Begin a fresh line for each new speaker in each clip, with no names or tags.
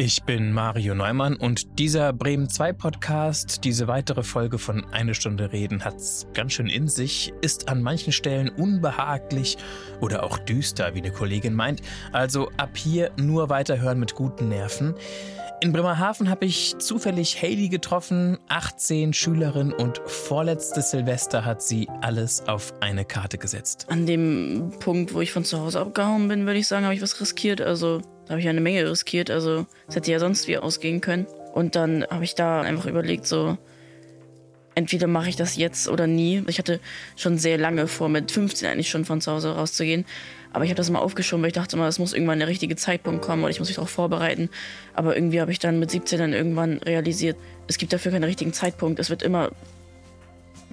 Ich bin Mario Neumann und dieser Bremen 2 Podcast, diese weitere Folge von Eine Stunde Reden, hat's ganz schön in sich, ist an manchen Stellen unbehaglich oder auch düster, wie eine Kollegin meint. Also ab hier nur weiterhören mit guten Nerven. In Bremerhaven habe ich zufällig Haley getroffen, 18 Schülerin und vorletztes Silvester hat sie alles auf eine Karte gesetzt.
An dem Punkt, wo ich von zu Hause abgehauen bin, würde ich sagen, habe ich was riskiert. Also da habe ich ja eine Menge riskiert. Also es hätte ja sonst wie ausgehen können. Und dann habe ich da einfach überlegt, so entweder mache ich das jetzt oder nie. Ich hatte schon sehr lange vor, mit 15 eigentlich schon von zu Hause rauszugehen. Aber ich habe das immer aufgeschoben, weil ich dachte immer, das muss irgendwann der richtige Zeitpunkt kommen und ich muss mich darauf vorbereiten. Aber irgendwie habe ich dann mit 17 dann irgendwann realisiert, es gibt dafür keinen richtigen Zeitpunkt. Es wird immer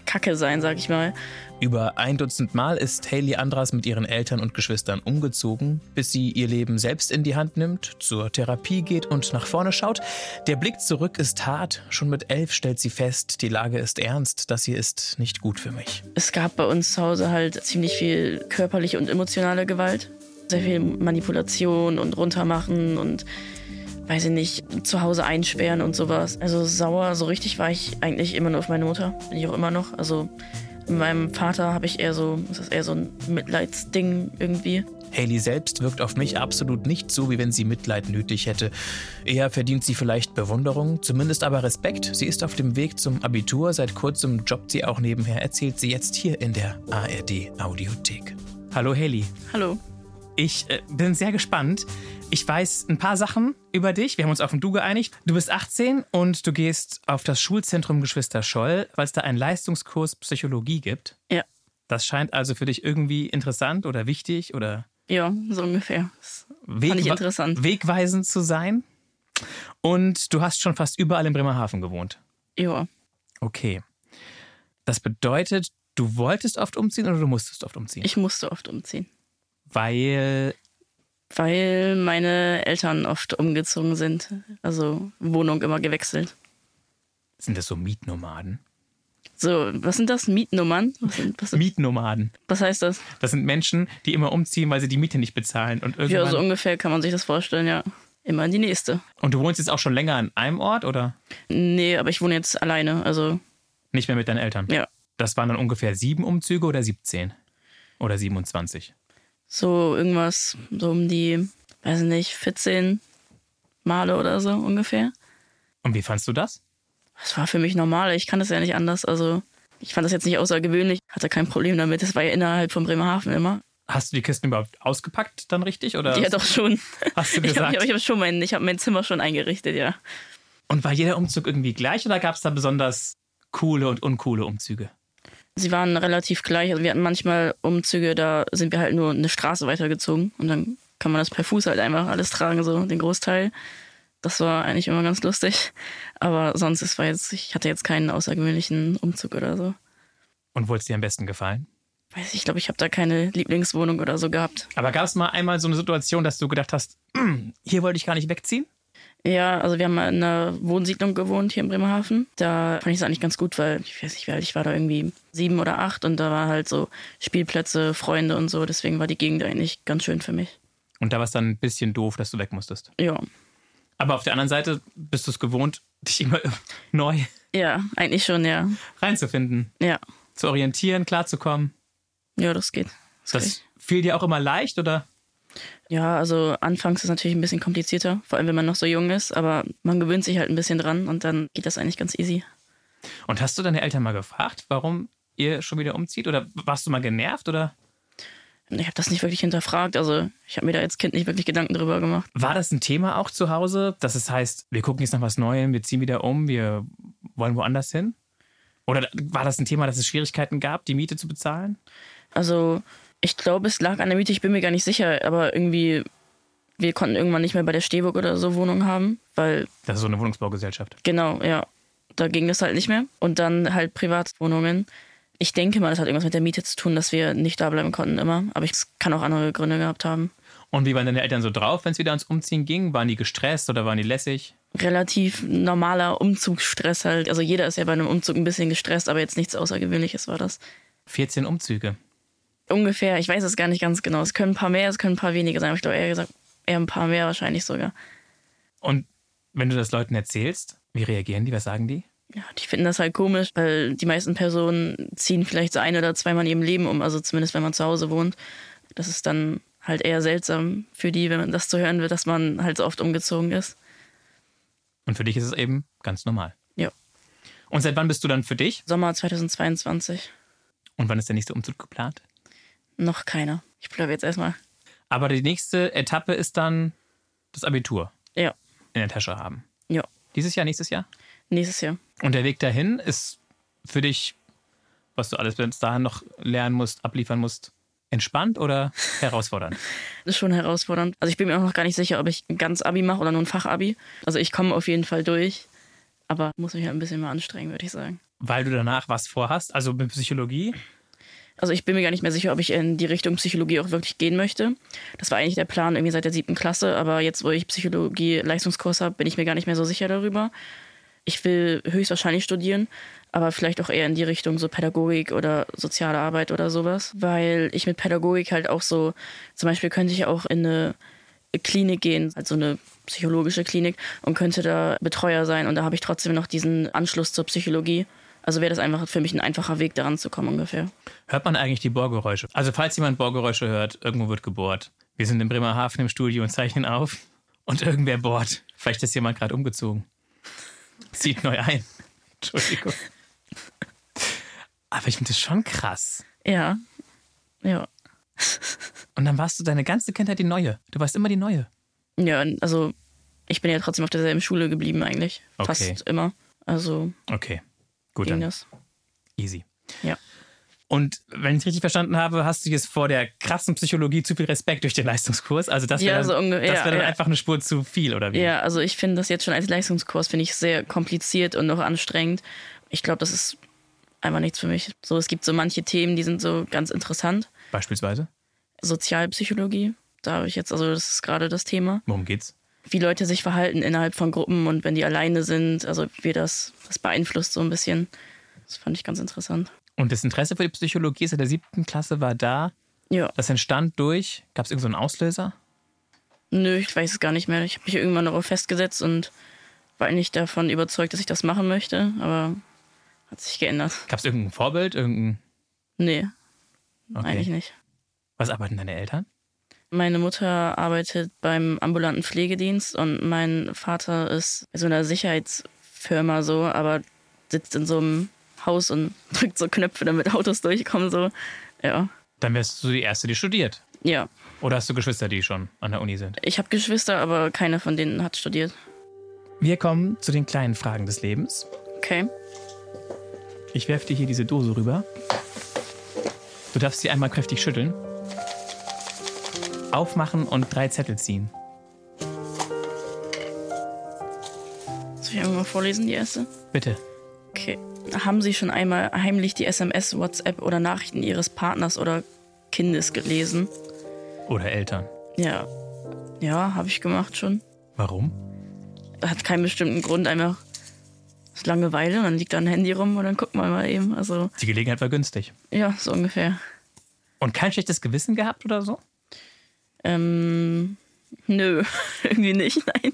Kacke sein, sag ich mal.
Über ein Dutzend Mal ist Haley Andras mit ihren Eltern und Geschwistern umgezogen, bis sie ihr Leben selbst in die Hand nimmt, zur Therapie geht und nach vorne schaut. Der Blick zurück ist hart. Schon mit elf stellt sie fest, die Lage ist ernst, das hier ist nicht gut für mich.
Es gab bei uns zu Hause halt ziemlich viel körperliche und emotionale Gewalt. Sehr viel Manipulation und runtermachen und weiß ich nicht, zu Hause einsperren und sowas. Also sauer, so richtig war ich eigentlich immer nur auf meine Mutter. Bin ich auch immer noch. Also mit meinem Vater habe ich eher so, das ist eher so ein Mitleidsding irgendwie.
Haley selbst wirkt auf mich absolut nicht so, wie wenn sie Mitleid nötig hätte. Eher verdient sie vielleicht Bewunderung, zumindest aber Respekt. Sie ist auf dem Weg zum Abitur, seit kurzem jobbt sie auch nebenher, erzählt sie jetzt hier in der ARD Audiothek. Hallo Haley.
Hallo.
Ich äh, bin sehr gespannt. Ich weiß ein paar Sachen über dich. Wir haben uns auf ein Du geeinigt. Du bist 18 und du gehst auf das Schulzentrum Geschwister Scholl, weil es da einen Leistungskurs Psychologie gibt.
Ja.
Das scheint also für dich irgendwie interessant oder wichtig oder
Ja, so ungefähr. Das fand ich
wegwe-
interessant.
wegweisend zu sein. Und du hast schon fast überall in Bremerhaven gewohnt.
Ja.
Okay. Das bedeutet, du wolltest oft umziehen oder du musstest oft umziehen?
Ich musste oft umziehen.
Weil
Weil meine Eltern oft umgezogen sind. Also Wohnung immer gewechselt.
sind das so Mietnomaden?
So, was sind das? Mietnummern? Was, sind, was,
Mietnomaden.
was heißt das?
Das sind Menschen, die immer umziehen, weil sie die Miete nicht bezahlen. Und,
Ja,
irgendwann,
so ungefähr kann man sich das vorstellen, ja. Immer in die nächste.
und du wohnst jetzt auch schon länger an einem Ort oder
Nee, aber ich wohne jetzt alleine. Also,
nicht mehr mit deinen Eltern?
ja.
Das waren dann ungefähr sieben Umzüge oder 17? Oder 27?
So irgendwas, so um die, weiß ich nicht, 14 Male oder so ungefähr.
Und wie fandst du das?
Das war für mich normal. Ich kann das ja nicht anders. Also, ich fand das jetzt nicht außergewöhnlich. Hatte kein Problem damit. Das war ja innerhalb von Bremerhaven immer.
Hast du die Kisten überhaupt ausgepackt dann richtig? Oder
Ja, doch schon.
hast du
Ich habe
gesagt?
ich hab schon mein, ich hab mein Zimmer schon eingerichtet, ja.
und war jeder Umzug irgendwie gleich oder gab es da besonders coole und uncoole Umzüge?
Sie waren relativ gleich. Also wir hatten manchmal Umzüge, da sind wir halt nur eine Straße weitergezogen und dann kann man das per Fuß halt einfach alles tragen, so den Großteil. Das war eigentlich immer ganz lustig. Aber sonst, es war jetzt, ich hatte jetzt keinen außergewöhnlichen Umzug oder so.
Und wo es dir am besten gefallen?
Weiß ich, glaube ich, habe da keine Lieblingswohnung oder so gehabt.
Aber gab es mal einmal so eine Situation, dass du gedacht hast, "Hm, hier wollte ich gar nicht wegziehen?
Ja, also wir haben mal in einer Wohnsiedlung gewohnt hier in Bremerhaven. Da fand ich es eigentlich ganz gut, weil ich weiß nicht, wie alt ich war da irgendwie sieben oder acht und da war halt so Spielplätze, Freunde und so. Deswegen war die Gegend eigentlich ganz schön für mich.
Und da war es dann ein bisschen doof, dass du weg musstest.
Ja.
Aber auf der anderen Seite bist du es gewohnt, dich immer neu
Ja, eigentlich schon, ja.
reinzufinden,
Ja,
zu orientieren, klarzukommen.
ja, das geht. Das
Das
geht.
fiel dir auch immer leicht oder?
Ja, also anfangs ist es natürlich ein bisschen komplizierter, vor allem wenn man noch so jung ist, aber man gewöhnt sich halt ein bisschen dran und dann geht das eigentlich ganz easy.
Und hast du deine Eltern mal gefragt, warum ihr schon wieder umzieht? Oder warst du mal genervt? Oder
Und Ich habe das nicht wirklich hinterfragt, also ich habe mir da als Kind nicht wirklich Gedanken drüber gemacht.
war das ein Thema auch zu Hause, dass es heißt, wir gucken jetzt nach was Neuem, wir ziehen wieder um, wir wollen woanders hin? Oder war das ein Thema, dass es Schwierigkeiten gab, die Miete zu bezahlen?
Also ich glaube, es lag an der Miete, ich bin mir gar nicht sicher, aber irgendwie, wir konnten irgendwann nicht mehr bei der Stehburg oder so Wohnung haben, weil
Das ist so eine Wohnungsbaugesellschaft.
Genau, ja. Da ging das halt nicht mehr. Und dann halt Privatwohnungen. Ich denke mal, das hat irgendwas mit der Miete zu tun, dass wir nicht da bleiben konnten immer. Aber ich- es kann auch andere Gründe gehabt haben.
Und wie waren deine Eltern so drauf, wenn es wieder ans Umziehen ging? Waren die gestresst oder waren die lässig?
Relativ normaler Umzugsstress halt. Also jeder ist ja bei einem Umzug ein bisschen gestresst, aber jetzt nichts Außergewöhnliches war das.
14 Umzüge.
Ungefähr, ich weiß es gar nicht ganz genau. Es können ein paar mehr, es können ein paar weniger sein. Aber ich glaube eher gesagt, eher ein paar mehr wahrscheinlich sogar.
Und Wenn du das Leuten erzählst, wie reagieren die? Was sagen die?
Ja, die finden das halt komisch, weil die meisten Personen ziehen vielleicht so ein oder zweimal in ihrem Leben um, also zumindest wenn man zu Hause wohnt. Das ist dann halt eher seltsam für die, wenn man das zu hören wird, dass man halt so oft umgezogen ist.
Und für dich ist es eben ganz normal.
Ja.
Und seit wann bist du dann für dich?
Sommer 2022.
Und wann ist der nächste Umzug geplant?
Noch keiner. Ich bleibe jetzt erstmal.
Aber die nächste Etappe ist dann das Abitur
Ja,
in der Tasche haben.
ja.
Dieses Jahr, nächstes Jahr?
Nächstes Jahr.
Und der Weg dahin ist für dich, was du alles bis dahin noch lernen musst, abliefern musst, entspannt oder herausfordernd?
Ist schon herausfordernd. Also ich bin mir auch noch gar nicht sicher, ob ich ein ganz Abi mache oder nur ein Fachabi. Also ich komme auf jeden Fall durch, aber muss mich halt ein bisschen mal anstrengen, würde ich sagen.
Weil du danach was vorhast, also mit Psychologie.
Also ich bin mir gar nicht mehr sicher, ob ich in die Richtung Psychologie auch wirklich gehen möchte. Das war eigentlich der Plan irgendwie seit der siebten Klasse, aber jetzt, wo ich Psychologie-Leistungskurs habe, bin ich mir gar nicht mehr so sicher darüber. Ich will höchstwahrscheinlich studieren, aber vielleicht auch eher in die Richtung so Pädagogik oder soziale Arbeit oder sowas, weil ich mit Pädagogik halt auch so, zum Beispiel könnte ich auch in eine Klinik gehen, also eine psychologische Klinik und könnte da Betreuer sein und da habe ich trotzdem noch diesen Anschluss zur Psychologie. Also wäre das einfach für mich ein einfacher Weg, daran zu kommen ungefähr.
Hört man eigentlich die Bohrgeräusche? Also, falls jemand Bohrgeräusche hört, irgendwo wird gebohrt. Wir sind in Bremerhaven im Studio und zeichnen auf und irgendwer bohrt. Vielleicht ist jemand gerade umgezogen. Zieht neu ein. Entschuldigung. Aber ich finde das schon krass.
Ja. Ja.
Und dann warst du deine ganze Kindheit die Neue. Du warst immer die Neue.
Ja, also ich bin ja trotzdem auf derselben Schule geblieben eigentlich.
Okay.
Fast immer. Also
Okay, gut,
ging
dann
das.
easy.
Genau. Ja.
Und wenn ich richtig verstanden habe, hast du jetzt vor der krassen Psychologie zu viel Respekt durch den Leistungskurs. Also das wäre
Ja,
dann,
so unge-
das
ja,
wäre dann
ja.
einfach eine Spur zu viel, oder wie?
Ja, also ich finde das jetzt schon als Leistungskurs, finde ich sehr kompliziert und noch anstrengend. Ich glaube, das ist einfach nichts für mich. So, es gibt so manche Themen, die sind so ganz interessant.
Beispielsweise.
Sozialpsychologie, da habe ich jetzt, also das ist gerade das Thema.
Worum geht's?
Wie Leute sich verhalten innerhalb von Gruppen und wenn die alleine sind, also wie das, das beeinflusst so ein bisschen. Das fand ich ganz interessant.
Und das Interesse für die Psychologie seit der siebten Klasse war da.
Ja.
Das entstand durch, gab es irgendeinen so einen Auslöser?
Nö, ich weiß es gar nicht mehr. Ich habe mich irgendwann darauf festgesetzt und war eigentlich davon überzeugt, dass ich das machen möchte, aber hat sich geändert.
Gab es irgendein Vorbild? Irgendein,
Nee,
okay.
eigentlich nicht.
Was arbeiten deine Eltern?
Meine Mutter arbeitet beim ambulanten Pflegedienst und mein Vater ist bei so einer Sicherheitsfirma so, aber sitzt in so einem Haus und drückt so Knöpfe, damit Autos durchkommen so. Ja.
Dann wärst du die Erste, die studiert.
Ja,
Oder hast du Geschwister, die schon an der Uni sind?
ich habe Geschwister, aber keiner von denen hat studiert.
Wir kommen zu den kleinen Fragen des Lebens.
Okay.
Ich werfe dir hier diese Dose rüber. Du darfst sie einmal kräftig schütteln. Aufmachen und drei Zettel ziehen.
Soll ich einfach mal vorlesen, die erste?
Bitte.
Okay. Haben Sie schon einmal heimlich die SMS, WhatsApp oder Nachrichten Ihres Partners oder Kindes gelesen?
Oder Eltern.
Ja. Ja, habe ich gemacht schon.
Warum?
Hat keinen bestimmten Grund, einfach das ist Langeweile und dann liegt da ein Handy rum und dann gucken wir mal eben. Also,
Die Gelegenheit war günstig.
ja, so ungefähr.
Und kein schlechtes Gewissen gehabt oder so?
Ähm, nö, irgendwie nicht, nein.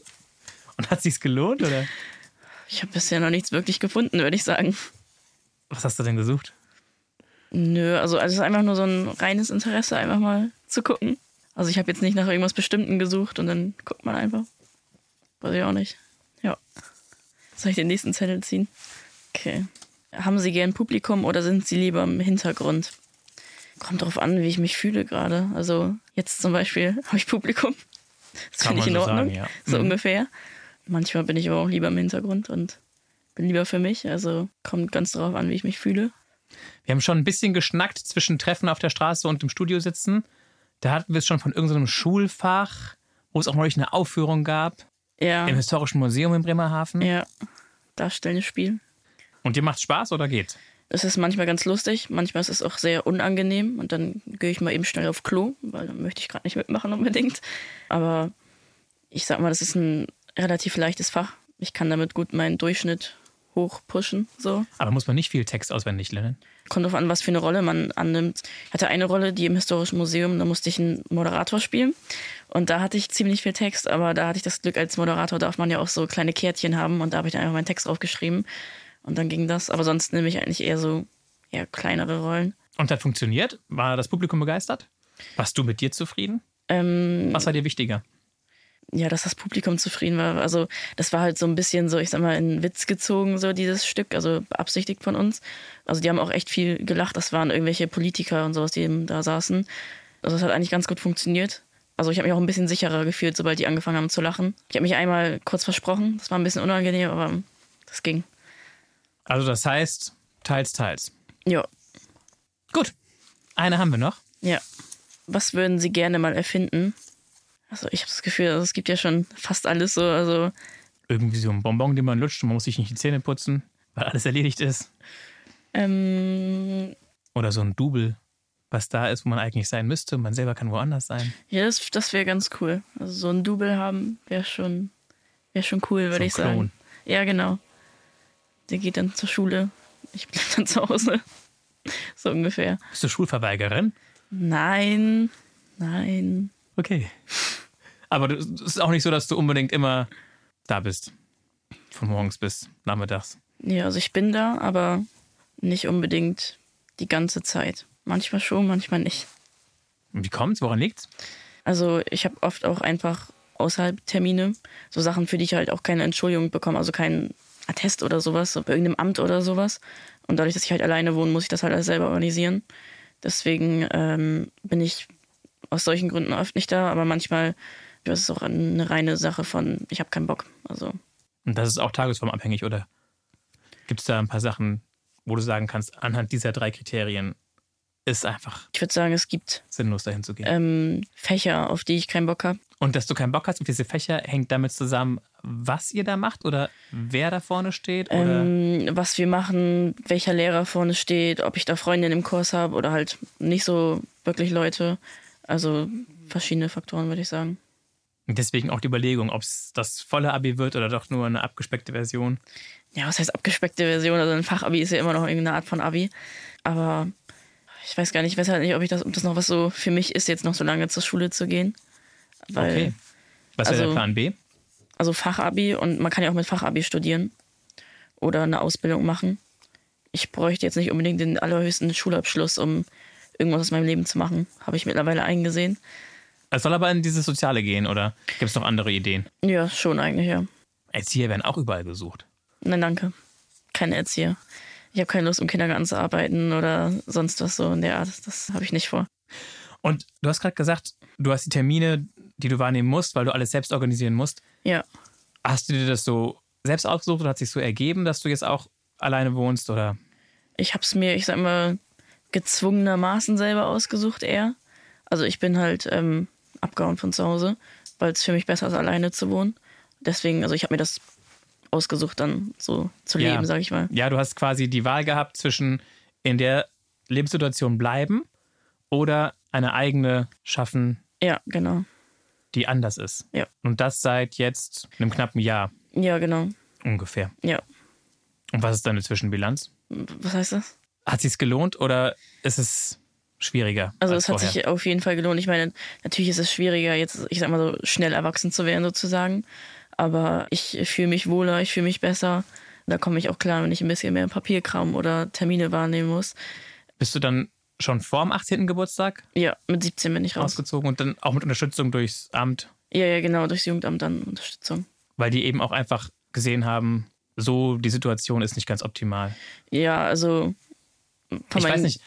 Und hat sich's gelohnt oder?
Ich habe bisher noch nichts wirklich gefunden, würde ich sagen.
Was hast du denn gesucht?
Nö, also also es ist einfach nur so ein reines Interesse, einfach mal zu gucken. Also ich habe jetzt nicht nach irgendwas Bestimmten gesucht und dann guckt man einfach. Weiß ich auch nicht. Ja. Soll ich den nächsten Zettel ziehen? Okay. Haben Sie gern Publikum oder sind Sie lieber im Hintergrund? Kommt drauf an, wie ich mich fühle gerade. Also jetzt zum Beispiel habe ich Publikum. Das
Kann
finde ich in
man so
Ordnung.
sagen, ja.
So
Mhm.
ungefähr. Manchmal bin ich aber auch lieber im Hintergrund und bin lieber für mich. Also kommt ganz drauf an, wie ich mich fühle.
Wir haben schon ein bisschen geschnackt zwischen Treffen auf der Straße und im Studio sitzen. Da hatten wir es schon von irgendeinem Schulfach, wo es auch neulich eine Aufführung gab,
Ja.
im Historischen Museum in Bremerhaven.
Ja, darstellendes Spiel.
Und dir macht's Spaß oder geht's?
Es ist manchmal ganz lustig, manchmal ist es auch sehr unangenehm und dann gehe ich mal eben schnell auf Klo, weil dann möchte ich gerade nicht mitmachen unbedingt. Aber ich sag mal, das ist ein relativ leichtes Fach. Ich kann damit gut meinen Durchschnitt hochpushen. So.
Aber muss man nicht viel Text auswendig lernen?
Kommt drauf an, was für eine Rolle man annimmt. Ich hatte eine Rolle, die im Historischen Museum, da musste ich einen Moderator spielen. Und da hatte ich ziemlich viel Text, aber da hatte ich das Glück, als Moderator darf man ja auch so kleine Kärtchen haben und da habe ich dann einfach meinen Text draufgeschrieben. Und dann ging das. Aber sonst nehme ich eigentlich eher so eher kleinere Rollen.
Und hat funktioniert? War das Publikum begeistert? Warst du mit dir zufrieden?
Ähm,
Was war dir wichtiger?
ja, dass das Publikum zufrieden war. Also das war halt so ein bisschen so, ich sag mal, in Witz gezogen, so dieses Stück, also beabsichtigt von uns. Also die haben auch echt viel gelacht. Das waren irgendwelche Politiker und sowas, die eben da saßen. Also es hat eigentlich ganz gut funktioniert. Also ich habe mich auch ein bisschen sicherer gefühlt, sobald die angefangen haben zu lachen. Ich habe mich einmal kurz versprochen, das war ein bisschen unangenehm, aber das ging.
Also das heißt, teils, teils.
Ja,
Gut. Eine haben wir noch.
ja. Was würden Sie gerne mal erfinden? Also ich habe das Gefühl, also es gibt ja schon fast alles so. Also
Irgendwie so ein Bonbon, den man lutscht und man muss sich nicht die Zähne putzen, weil alles erledigt ist.
ähm,
Oder so ein Double, was da ist, wo man eigentlich sein müsste. Man selber kann woanders sein.
Ja, das, das wäre ganz cool. Also so ein Double haben wäre schon, wär schon cool, würde
ein
ich
Klon.
sagen. Ja, genau. Der geht dann zur Schule. Ich bleib dann zu Hause. So ungefähr.
Bist du Schulverweigerin?
Nein, nein.
Okay. Aber du- es ist auch nicht so, dass du unbedingt immer da bist. Von morgens bis nachmittags.
Ja, also ich bin da, aber nicht unbedingt die ganze Zeit. Manchmal schon, manchmal nicht.
Und wie kommt's? Woran liegt's?
Also ich habe oft auch einfach außerhalb Termine so Sachen, für die ich halt auch keine Entschuldigung bekomme, also keinen Attest oder sowas, so bei irgendeinem Amt oder sowas. Und dadurch, dass ich halt alleine wohne, muss ich das halt alles selber organisieren. Deswegen ähm, bin ich aus solchen Gründen oft nicht da, aber manchmal das ist es auch eine reine Sache von, ich habe keinen Bock. Also
Und das ist auch tagesformabhängig, oder? Gibt's da ein paar Sachen, wo du sagen kannst, anhand dieser drei Kriterien ist einfach
ich würde sagen, es gibt
sinnlos dahin zu gehen.
ähm, Fächer, auf die ich keinen Bock habe.
Und dass du keinen Bock hast auf diese Fächer, hängt damit zusammen, was ihr da macht oder wer da vorne steht? Oder?
Ähm, was wir machen, welcher Lehrer vorne steht, ob ich da Freundinnen im Kurs habe oder halt nicht so wirklich Leute. Also verschiedene Faktoren, würde ich sagen.
Und Deswegen auch die Überlegung, ob es das volle Abi wird oder doch nur eine abgespeckte Version.
Ja, was heißt abgespeckte Version? Also ein Fachabi ist ja immer noch irgendeine Art von Abi. Aber ich weiß gar nicht, ich weiß halt nicht, ob, ich das, ob das noch was so für mich ist, jetzt noch so lange zur Schule zu gehen. Weil,
Okay. Was wäre der
also-
Plan B?
Also Fachabi und man kann ja auch mit Fachabi studieren oder eine Ausbildung machen. Ich bräuchte jetzt nicht unbedingt den allerhöchsten Schulabschluss, um irgendwas aus meinem Leben zu machen. Habe ich mittlerweile eingesehen.
Es soll aber in dieses Soziale gehen oder gibt es noch andere Ideen?
Ja, schon eigentlich, ja.
Erzieher werden auch überall gesucht.
Nein, danke. Keine Erzieher. Ich habe keine Lust, im Kindergarten zu arbeiten oder sonst was so in der Art. Das habe ich nicht vor.
Und du hast gerade gesagt, du hast die Termine, die du wahrnehmen musst, weil du alles selbst organisieren musst.
Ja.
Hast du dir das so selbst ausgesucht oder hat sich so ergeben, dass du jetzt auch alleine wohnst oder
ich habe es mir, ich sag mal, gezwungenermaßen selber ausgesucht eher. Also ich bin halt ähm, abgehauen von zu Hause, weil es für mich besser ist, alleine zu wohnen. Deswegen, also ich habe mir das ausgesucht, dann so zu
Ja.
leben, sag ich mal.
Ja, du hast quasi die Wahl gehabt zwischen in der Lebenssituation bleiben oder eine eigene schaffen,
Ja, genau.
die anders ist.
Ja.
Und das seit jetzt einem knappen Jahr
Ja, genau.
ungefähr.
Ja.
Und was ist deine Zwischenbilanz?
Was heißt das?
Hat sich's gelohnt oder ist es schwieriger?
Also
als
es hat
vorher?
sich auf jeden Fall gelohnt. Ich meine, natürlich ist es schwieriger, jetzt, ich sag mal so, schnell erwachsen zu werden sozusagen. Aber ich fühle mich wohler, ich fühle mich besser. Da komme ich auch klar, wenn ich ein bisschen mehr Papierkram oder Termine wahrnehmen muss.
Bist du dann schon vor dem 18. Geburtstag
Ja, mit 17 bin ich raus.
ausgezogen und dann auch mit Unterstützung durchs Amt,
Ja, ja, genau, durchs Jugendamt dann Unterstützung.
weil die eben auch einfach gesehen haben, so die Situation ist nicht ganz optimal.
Ja, also. Von
Ich weiß
meinen-
nicht,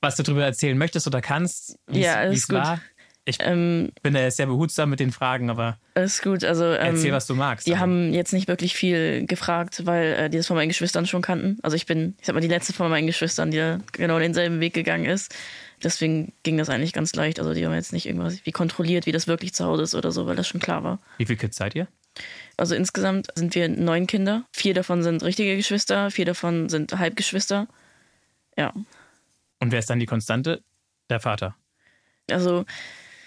was du darüber erzählen möchtest oder kannst, wie
Ja, alles
es
gut.
war. Ich
Ähm,
bin da jetzt sehr behutsam mit den Fragen, aber
alles gut, also. Ähm,
erzähl, was du magst. Also,
Die
Aber
haben jetzt nicht wirklich viel gefragt, weil äh, die das von meinen Geschwistern schon kannten. Also ich bin, ich sag mal, die letzte von meinen Geschwistern, die da genau denselben Weg gegangen ist. Deswegen ging das eigentlich ganz leicht. Also die haben jetzt nicht irgendwas wie kontrolliert, wie das wirklich zu Hause ist oder so, weil das schon klar war.
Wie viele Kids seid ihr?
Also insgesamt sind wir neun Kinder. Vier davon sind richtige Geschwister, vier davon sind Halbgeschwister. Ja,
Und wer ist dann die Konstante? Der Vater.
Also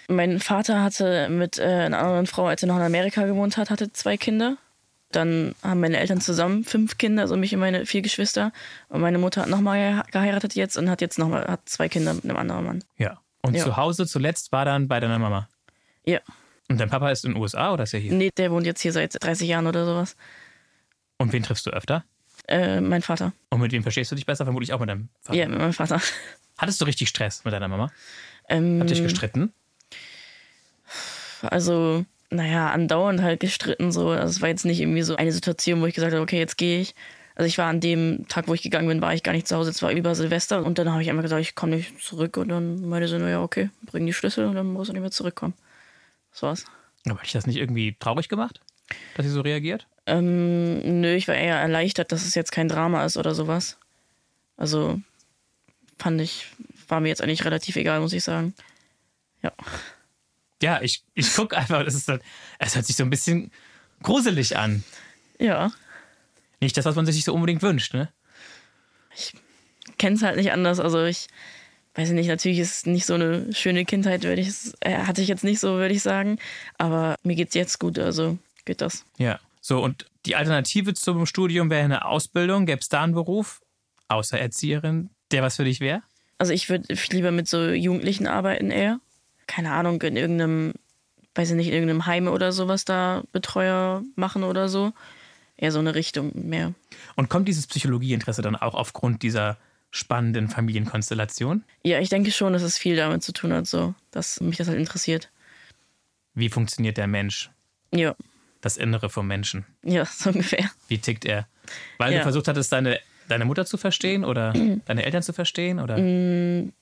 mein Vater hatte mit äh, einer anderen Frau, als er noch in Amerika gewohnt hat, hatte zwei Kinder. Dann haben meine Eltern zusammen fünf Kinder, also mich und meine vier Geschwister. Und meine Mutter hat nochmal geheiratet jetzt und hat jetzt nochmal hat zwei Kinder mit einem anderen Mann.
Ja. Und
Ja.
zu Hause zuletzt war dann bei deiner Mama.
Ja.
Und dein Papa ist in den USA oder ist er hier?
Nee, der wohnt jetzt hier seit 30 Jahren oder sowas.
Und wen triffst du öfter?
Äh, mein Vater.
Und mit wem verstehst du dich besser? Vermutlich auch mit deinem Vater.
Ja, mit meinem Vater.
Hattest du richtig Stress mit deiner Mama?
Ähm,
Habt ihr euch gestritten?
Also, naja, andauernd halt gestritten so. Also, es war jetzt nicht irgendwie so eine Situation, wo ich gesagt habe, okay, jetzt gehe ich. Also ich war an dem Tag, wo ich gegangen bin, war ich gar nicht zu Hause. Es war über Silvester und dann habe ich einmal gesagt, ich komme nicht zurück. Und dann meinte sie, naja, okay, bring die Schlüssel und dann musst du nicht mehr zurückkommen. Das war's.
Aber hat dich das nicht irgendwie traurig gemacht, dass sie so reagiert?
Ähm, nö, ich war eher erleichtert, dass es jetzt kein Drama ist oder sowas. Also fand ich, war mir jetzt eigentlich relativ egal, muss ich sagen. Ja.
Ja, ich, ich gucke einfach, das ist, dann- es hört sich so ein bisschen gruselig an.
Ja.
Nicht das, was man sich so unbedingt wünscht, ne?
kenne es halt nicht anders. Also ich weiß nicht, natürlich ist es nicht so eine schöne Kindheit, würde ich es, äh, hatte ich jetzt nicht so, würde ich sagen. Aber mir geht's jetzt gut, also geht das.
Ja. So, und die Alternative zum Studium wäre eine Ausbildung. Gäbe es da einen Beruf, außer Erzieherin, der was für dich wäre?
Also ich würde lieber mit so Jugendlichen arbeiten eher. Keine Ahnung, in irgendeinem, weiß ich nicht, in irgendeinem Heime oder sowas da Betreuer machen oder so. Eher so eine Richtung mehr.
Und kommt dieses Psychologieinteresse dann auch aufgrund dieser spannenden Familienkonstellation?
Ja, ich denke schon, dass es viel damit zu tun hat, so, dass mich das halt interessiert.
Wie funktioniert der Mensch?
Ja,
Das Innere vom Menschen?
ja, so ungefähr.
Wie tickt er? Weil du
Ja.
versucht hattest, deine, deine Mutter zu verstehen oder deine Eltern zu verstehen? Oder?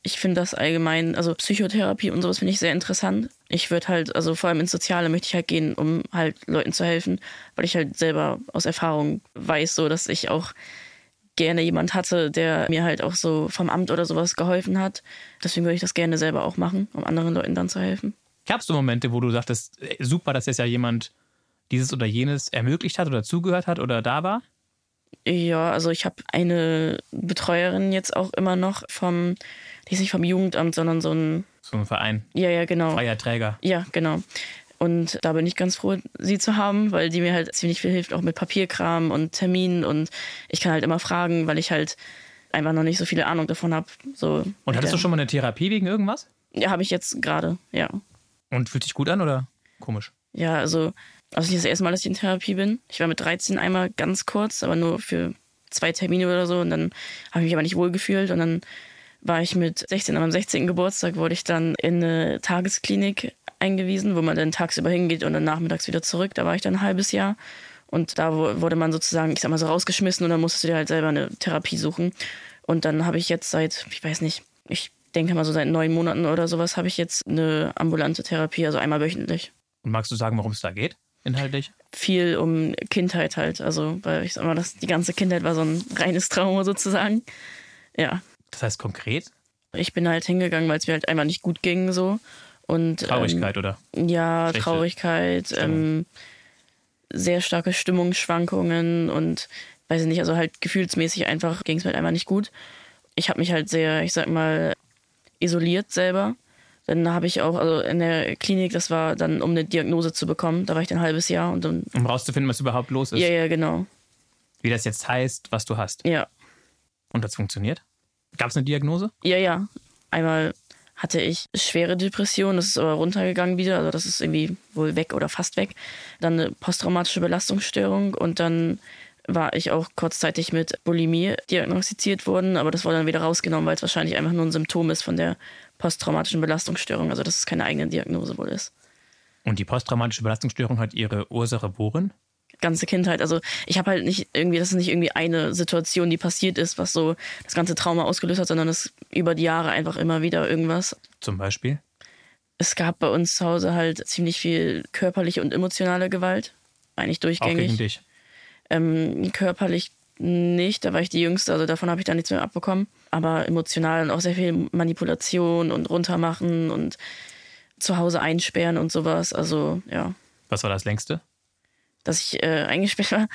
ich finde das allgemein, also Psychotherapie und sowas finde ich sehr interessant. Ich würde halt, also vor allem ins Soziale möchte ich halt gehen, um halt Leuten zu helfen, weil ich halt selber aus Erfahrung weiß, so dass ich auch gerne jemand hatte, der mir halt auch so vom Amt oder sowas geholfen hat. Deswegen würde ich das gerne selber auch machen, um anderen Leuten dann zu helfen.
Gab es so Momente, wo du sagtest, ey, super, dass jetzt ja jemand dieses oder jenes ermöglicht hat oder zugehört hat oder da war?
Ja, also ich habe eine Betreuerin jetzt auch immer noch vom, die ist nicht vom Jugendamt, sondern so ein,
So ein Verein,
ja, ja, genau.
freier Träger.
Ja, genau. Und da bin ich ganz froh, sie zu haben, weil die mir halt ziemlich viel hilft, auch mit Papierkram und Terminen. Und ich kann halt immer fragen, weil ich halt einfach noch nicht so viele Ahnung davon habe. So
Und hattest du schon mal eine Therapie wegen irgendwas?
schon? Ja, habe ich jetzt gerade, ja.
Und fühlt sich gut an oder komisch?
Ja, also, also nicht das erste Mal, dass ich in Therapie bin. Ich war mit 13 einmal ganz kurz, aber nur für zwei Termine oder so. Und dann habe ich mich aber nicht wohl gefühlt. Und dann war ich mit 16, an meinem 16. Geburtstag wurde ich dann in eine Tagesklinik eingewiesen, wo man dann tagsüber hingeht und dann nachmittags wieder zurück. Da war ich dann ein halbes Jahr. Und da wu- wurde man sozusagen, ich sag mal so, rausgeschmissen und dann musstest du dir halt selber eine Therapie suchen. Und dann habe ich jetzt seit, ich weiß nicht, ich denke mal so seit neun Monaten oder sowas, habe ich jetzt eine ambulante Therapie, also einmal wöchentlich
Und magst du sagen, worum es da geht, inhaltlich?
viel um Kindheit halt. Also, weil ich sag mal, das, die ganze Kindheit war so ein reines Trauma sozusagen. Ja.
Das heißt konkret?
Ich bin halt hingegangen, weil es mir halt einfach nicht gut ging so. Und,
Traurigkeit, oder?
Ähm, ja,
Schlechte
Traurigkeit, ähm, sehr starke Stimmungsschwankungen und weiß ich nicht, also halt gefühlsmäßig einfach ging es mir halt einfach nicht gut. Ich habe mich halt sehr, ich sag mal, isoliert selber. Dann habe ich auch, also in der Klinik, das war dann, um eine Diagnose zu bekommen, da war ich dann ein halbes Jahr und dann,
Um rauszufinden, was überhaupt los ist.
ja, ja, genau,
Wie das jetzt heißt, was du hast.
ja.
Und das funktioniert? Gab es eine Diagnose?
Ja, ja. Einmal hatte ich schwere Depression, das ist aber runtergegangen wieder, also das ist irgendwie wohl weg oder fast weg. Dann eine posttraumatische Belastungsstörung und dann war ich auch kurzzeitig mit Bulimie diagnostiziert worden, aber das wurde dann wieder rausgenommen, weil es wahrscheinlich einfach nur ein Symptom ist von der posttraumatischen Belastungsstörung, also dass es keine eigene Diagnose wohl ist.
Und die posttraumatische Belastungsstörung hat ihre Ursache worin?
ganze Kindheit. Also ich habe halt nicht irgendwie, das ist nicht irgendwie eine Situation, die passiert ist, was so das ganze Trauma ausgelöst hat, sondern es ist über die Jahre einfach immer wieder irgendwas.
Zum Beispiel?
es gab bei uns zu Hause halt ziemlich viel körperliche und emotionale Gewalt. Eigentlich
Auch gegen
durchgängig.
dich.
Ähm, körperlich nicht, da war ich die Jüngste, also davon habe ich da nichts mehr abbekommen. Aber emotional und auch sehr viel Manipulation und runtermachen und zu Hause einsperren und sowas. Also ja,
Was war das längste?
dass ich äh, eingesperrt war.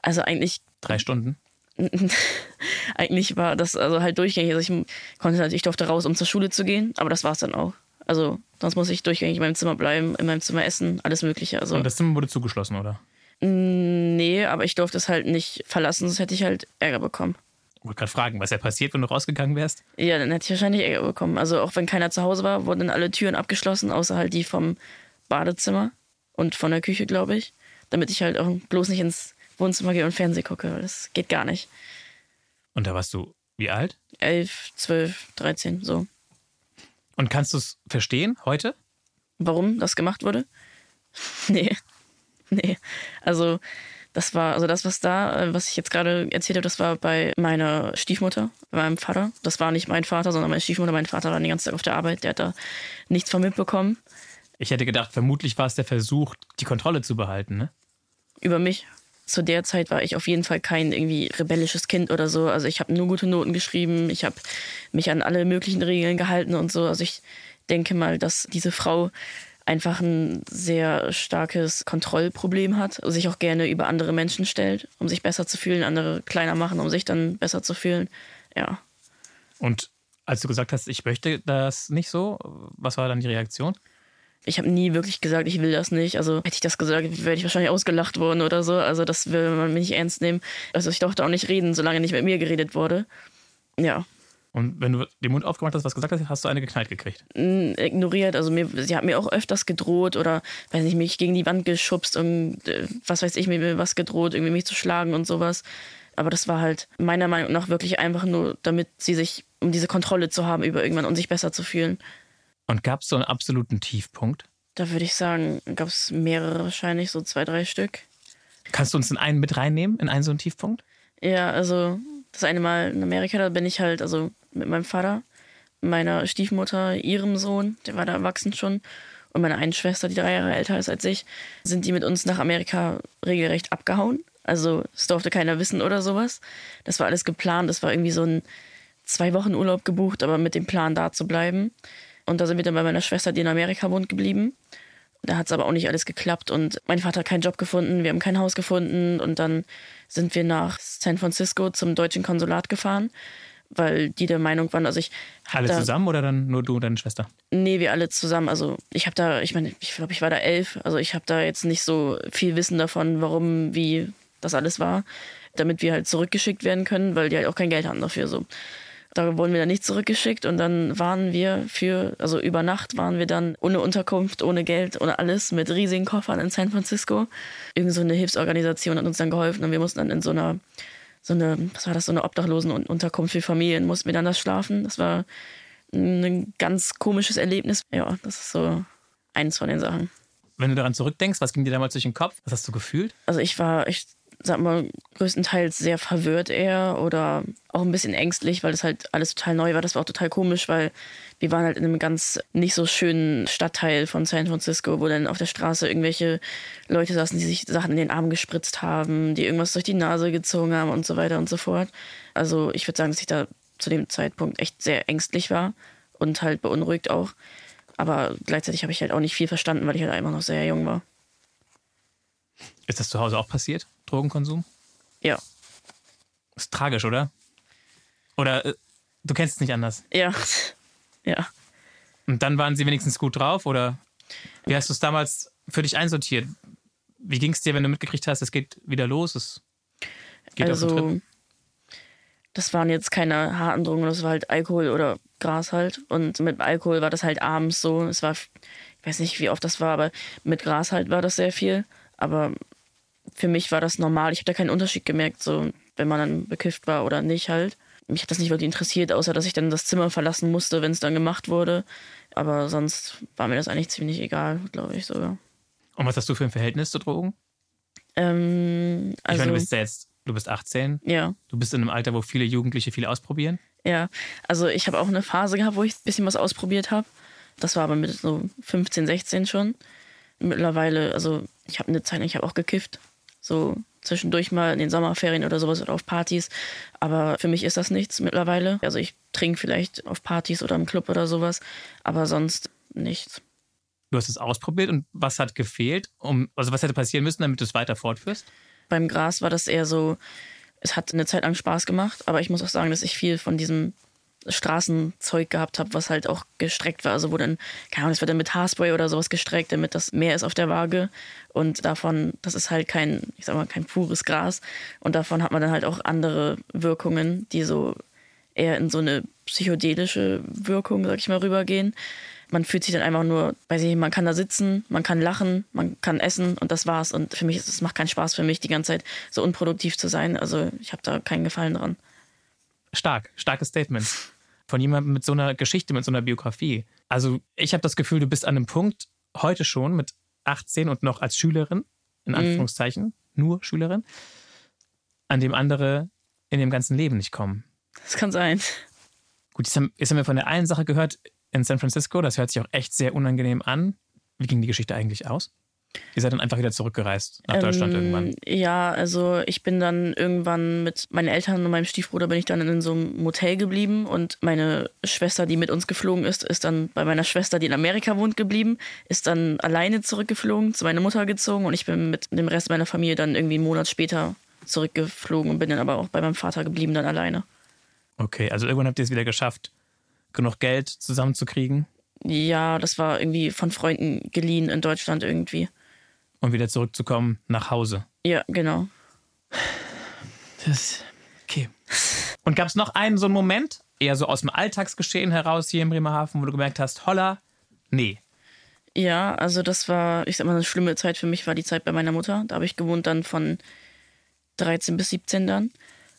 Also eigentlich
Drei Stunden?
eigentlich war das also halt durchgängig. Also ich konnte halt, ich durfte raus, um zur Schule zu gehen, aber das war's dann auch. Also sonst muss ich durchgängig in meinem Zimmer bleiben, in meinem Zimmer essen, alles Mögliche. Also
Und das Zimmer wurde zugeschlossen, oder?
mm, Nee, aber ich durfte es halt nicht verlassen, sonst hätte ich halt Ärger bekommen.
Ich wollte gerade fragen, was wäre passiert, wenn du rausgegangen wärst?
Ja, dann hätte ich wahrscheinlich Ärger bekommen. Also auch wenn keiner zu Hause war, wurden dann alle Türen abgeschlossen, außer halt die vom Badezimmer und von der Küche, glaube ich. Damit ich halt auch bloß nicht ins Wohnzimmer gehe und Fernsehen gucke. weil Das geht gar nicht.
Und da warst du wie alt?
Elf, zwölf, dreizehn, so.
Und kannst du es verstehen heute?
warum das gemacht wurde? Nee. Nee. Also, das war, also das, was da, äh, was ich jetzt gerade erzählt habe, das war bei meiner Stiefmutter, bei meinem Vater. Das war nicht mein Vater, sondern meine Stiefmutter. Mein Vater war den ganzen Tag auf der Arbeit, der hat da nichts von mitbekommen.
Ich hätte gedacht, vermutlich war es der Versuch, die Kontrolle zu behalten, ne?
Über mich. Zu der Zeit war ich auf jeden Fall kein irgendwie rebellisches Kind oder so. Also ich habe nur gute Noten geschrieben, ich habe mich an alle möglichen Regeln gehalten und so. Also ich denke mal, dass diese Frau einfach ein sehr starkes Kontrollproblem hat, sich auch gerne über andere Menschen stellt, um sich besser zu fühlen, andere kleiner machen, um sich dann besser zu fühlen. Ja.
Und als du gesagt hast, ich möchte das nicht so, was war dann die Reaktion?
Ich habe nie wirklich gesagt, ich will das nicht. Also hätte ich das gesagt, wäre ich wahrscheinlich ausgelacht worden oder so. Also das will man mir nicht ernst nehmen. Also ich durfte auch nicht reden, solange nicht mit mir geredet wurde. Ja.
Und wenn du den Mund aufgemacht hast, was gesagt hast, hast du eine geknallt gekriegt.
n- ignoriert. Also mir, sie hat mir auch öfters gedroht oder, weiß nicht, mich gegen die Wand geschubst und äh, was weiß ich, mir- mir was gedroht, irgendwie mich zu schlagen und sowas. Aber das war halt meiner Meinung nach wirklich einfach nur, damit sie sich, um diese Kontrolle zu haben über irgendwann und sich besser zu fühlen.
Und gab es so einen absoluten Tiefpunkt?
Da würde ich sagen, gab es mehrere wahrscheinlich, so zwei, drei Stück.
Kannst du uns in einen mit reinnehmen, in einen so einen Tiefpunkt?
Ja, also das eine Mal in Amerika, da bin ich halt, also mit meinem Vater, meiner Stiefmutter, ihrem Sohn, der war da erwachsen schon, und meiner einen Schwester, die drei Jahre älter ist als ich, sind die mit uns nach Amerika regelrecht abgehauen. Also es durfte keiner wissen oder sowas. Das war alles geplant, das war irgendwie so ein zwei Wochen Urlaub gebucht, aber mit dem Plan da zu bleiben. Und da sind wir dann bei meiner Schwester, die in Amerika wohnt, geblieben. Da hat es aber auch nicht alles geklappt und mein Vater hat keinen Job gefunden, wir haben kein Haus gefunden und dann sind wir nach San Francisco zum deutschen Konsulat gefahren, weil die der Meinung waren, also ich hab
Alle
da,
zusammen oder dann nur du und deine Schwester?
Nee, wir alle zusammen. Also ich habe da, ich meine, ich glaube, ich war da elf. Also ich habe da jetzt nicht so viel Wissen davon, warum, wie das alles war, damit wir halt zurückgeschickt werden können, weil die halt auch kein Geld haben dafür so. Da wurden wir dann nicht zurückgeschickt und dann waren wir für, also über Nacht waren wir dann ohne Unterkunft, ohne Geld, ohne alles mit riesigen Koffern in San Francisco. Irgend so eine Hilfsorganisation hat uns dann geholfen und wir mussten dann in so einer so eine, was war das, so eine Obdachlosenunterkunft für Familien, mussten wir dann das schlafen. Das war ein ganz komisches Erlebnis. Ja, das ist so eins von den Sachen.
Wenn du daran zurückdenkst, was ging dir damals durch den Kopf? Was hast du gefühlt?
Also ich war, ich sag mal, größtenteils sehr verwirrt eher oder auch ein bisschen ängstlich, weil das halt alles total neu war. Das war auch total komisch, weil wir waren halt in einem ganz nicht so schönen Stadtteil von San Francisco, wo dann auf der Straße irgendwelche Leute saßen, die sich Sachen in den Arm gespritzt haben, die irgendwas durch die Nase gezogen haben und so weiter und so fort. Also ich würde sagen, dass ich da zu dem Zeitpunkt echt sehr ängstlich war und halt beunruhigt auch. Aber gleichzeitig habe ich halt auch nicht viel verstanden, weil ich halt einfach noch sehr jung war.
Ist das zu Hause auch passiert? Drogenkonsum?
Ja.
Ist tragisch, oder? Oder äh, du kennst es nicht anders.
Ja. Ja.
Und dann waren sie wenigstens gut drauf oder wie hast du es damals für dich einsortiert? Wie ging es dir, wenn du mitgekriegt hast, es geht wieder los? Es geht auf den Trip?
also, das waren jetzt keine harten Drogen, das war halt Alkohol oder Gras halt. Und mit Alkohol war das halt abends so. Es war, ich weiß nicht, wie oft das war, aber mit Gras halt war das sehr viel. Aber für mich war das normal. Ich habe da keinen Unterschied gemerkt, so wenn man dann bekifft war oder nicht halt. Mich hat das nicht wirklich interessiert, außer dass ich dann das Zimmer verlassen musste, wenn es dann gemacht wurde. Aber sonst war mir das eigentlich ziemlich egal, glaube ich sogar.
Und was hast du für ein Verhältnis zu Drogen?
Ähm,
Ich
also,
meine, du bist ja jetzt, du bist 18,
ja.
du bist in einem Alter, wo viele Jugendliche viel ausprobieren.
Ja, also ich habe auch eine Phase gehabt, wo ich ein bisschen was ausprobiert habe. Das war aber mit so 15, 16 schon. Mittlerweile, also ich habe eine Zeit lang, ich habe auch gekifft. So zwischendurch mal in den Sommerferien oder sowas oder auf Partys. Aber für mich ist das nichts mittlerweile. Also ich trinke vielleicht auf Partys oder im Club oder sowas, aber sonst nichts.
Du hast es ausprobiert und was hat gefehlt? Um, also was hätte passieren müssen, damit du es weiter fortführst?
beim Gras war das eher so, es hat eine Zeit lang Spaß gemacht, aber ich muss auch sagen, dass ich viel von diesem Straßenzeug gehabt habe, was halt auch gestreckt war. Also wo dann, keine Ahnung, das wird dann mit Haarspray oder sowas gestreckt, damit das mehr ist auf der Waage. Und davon, das ist halt kein, ich sag mal, kein pures Gras. Und davon hat man dann halt auch andere Wirkungen, die so eher in so eine psychedelische Wirkung, sag ich mal, rübergehen. Man fühlt sich dann einfach nur, weiß ich nicht, man kann da sitzen, man kann lachen, man kann essen und das war's. Und für mich, ist- es macht keinen Spaß für mich, die ganze Zeit so unproduktiv zu sein. Also ich habe da keinen Gefallen dran.
Stark, starkes Statement. Von jemandem mit so einer Geschichte, mit so einer Biografie. Also, ich habe das Gefühl, du bist an einem Punkt, heute schon mit 18 und noch als Schülerin, in Anführungszeichen, nur Schülerin, an dem andere in dem ganzen Leben nicht kommen.
Das kann sein.
Gut, jetzt haben, jetzt haben wir von der einen Sache gehört in San Francisco, das hört sich auch echt sehr unangenehm an. Wie ging die Geschichte eigentlich aus? Ihr seid dann einfach wieder zurückgereist nach Deutschland
Ähm,
irgendwann.
Ja, also ich bin dann irgendwann mit meinen Eltern und meinem Stiefbruder bin ich dann in so einem Motel geblieben und meine Schwester, die mit uns geflogen ist, ist dann bei meiner Schwester, die in Amerika wohnt, geblieben, ist dann alleine zurückgeflogen, zu meiner Mutter gezogen und ich bin mit dem Rest meiner Familie dann irgendwie einen Monat später zurückgeflogen und bin dann aber auch bei meinem Vater geblieben, dann alleine.
Okay, also irgendwann habt ihr es wieder geschafft, genug Geld zusammenzukriegen
Ja, das war irgendwie von Freunden geliehen in Deutschland irgendwie.
und um wieder zurückzukommen nach Hause.
Ja, genau.
Das, okay. Und gab es noch einen so einen Moment, eher so aus dem Alltagsgeschehen heraus hier in Bremerhaven, wo du gemerkt hast, holla, nee.
Ja, also das war, ich sag mal, eine schlimme Zeit für mich war die Zeit bei meiner Mutter. Da habe ich gewohnt dann von 13 bis 17 dann.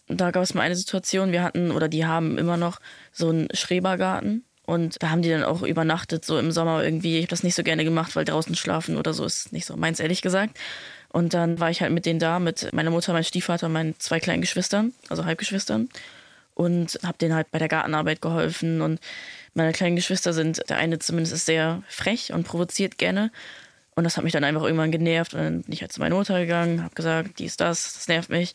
Und da gab es mal eine Situation, wir hatten oder die haben immer noch so einen Schrebergarten und da haben die dann auch übernachtet, so im Sommer irgendwie. Ich habe das nicht so gerne gemacht, weil draußen schlafen oder so ist nicht so meins, ehrlich gesagt. Und dann war ich halt mit denen da, mit meiner Mutter, meinem Stiefvater und meinen zwei kleinen Geschwistern, also Halbgeschwistern und habe denen halt bei der Gartenarbeit geholfen. Und meine kleinen Geschwister sind, der eine zumindest ist sehr frech und provoziert gerne. Und das hat mich dann einfach irgendwann genervt. Und dann bin ich halt zu meiner Mutter gegangen, habe gesagt, dies, das, das nervt mich.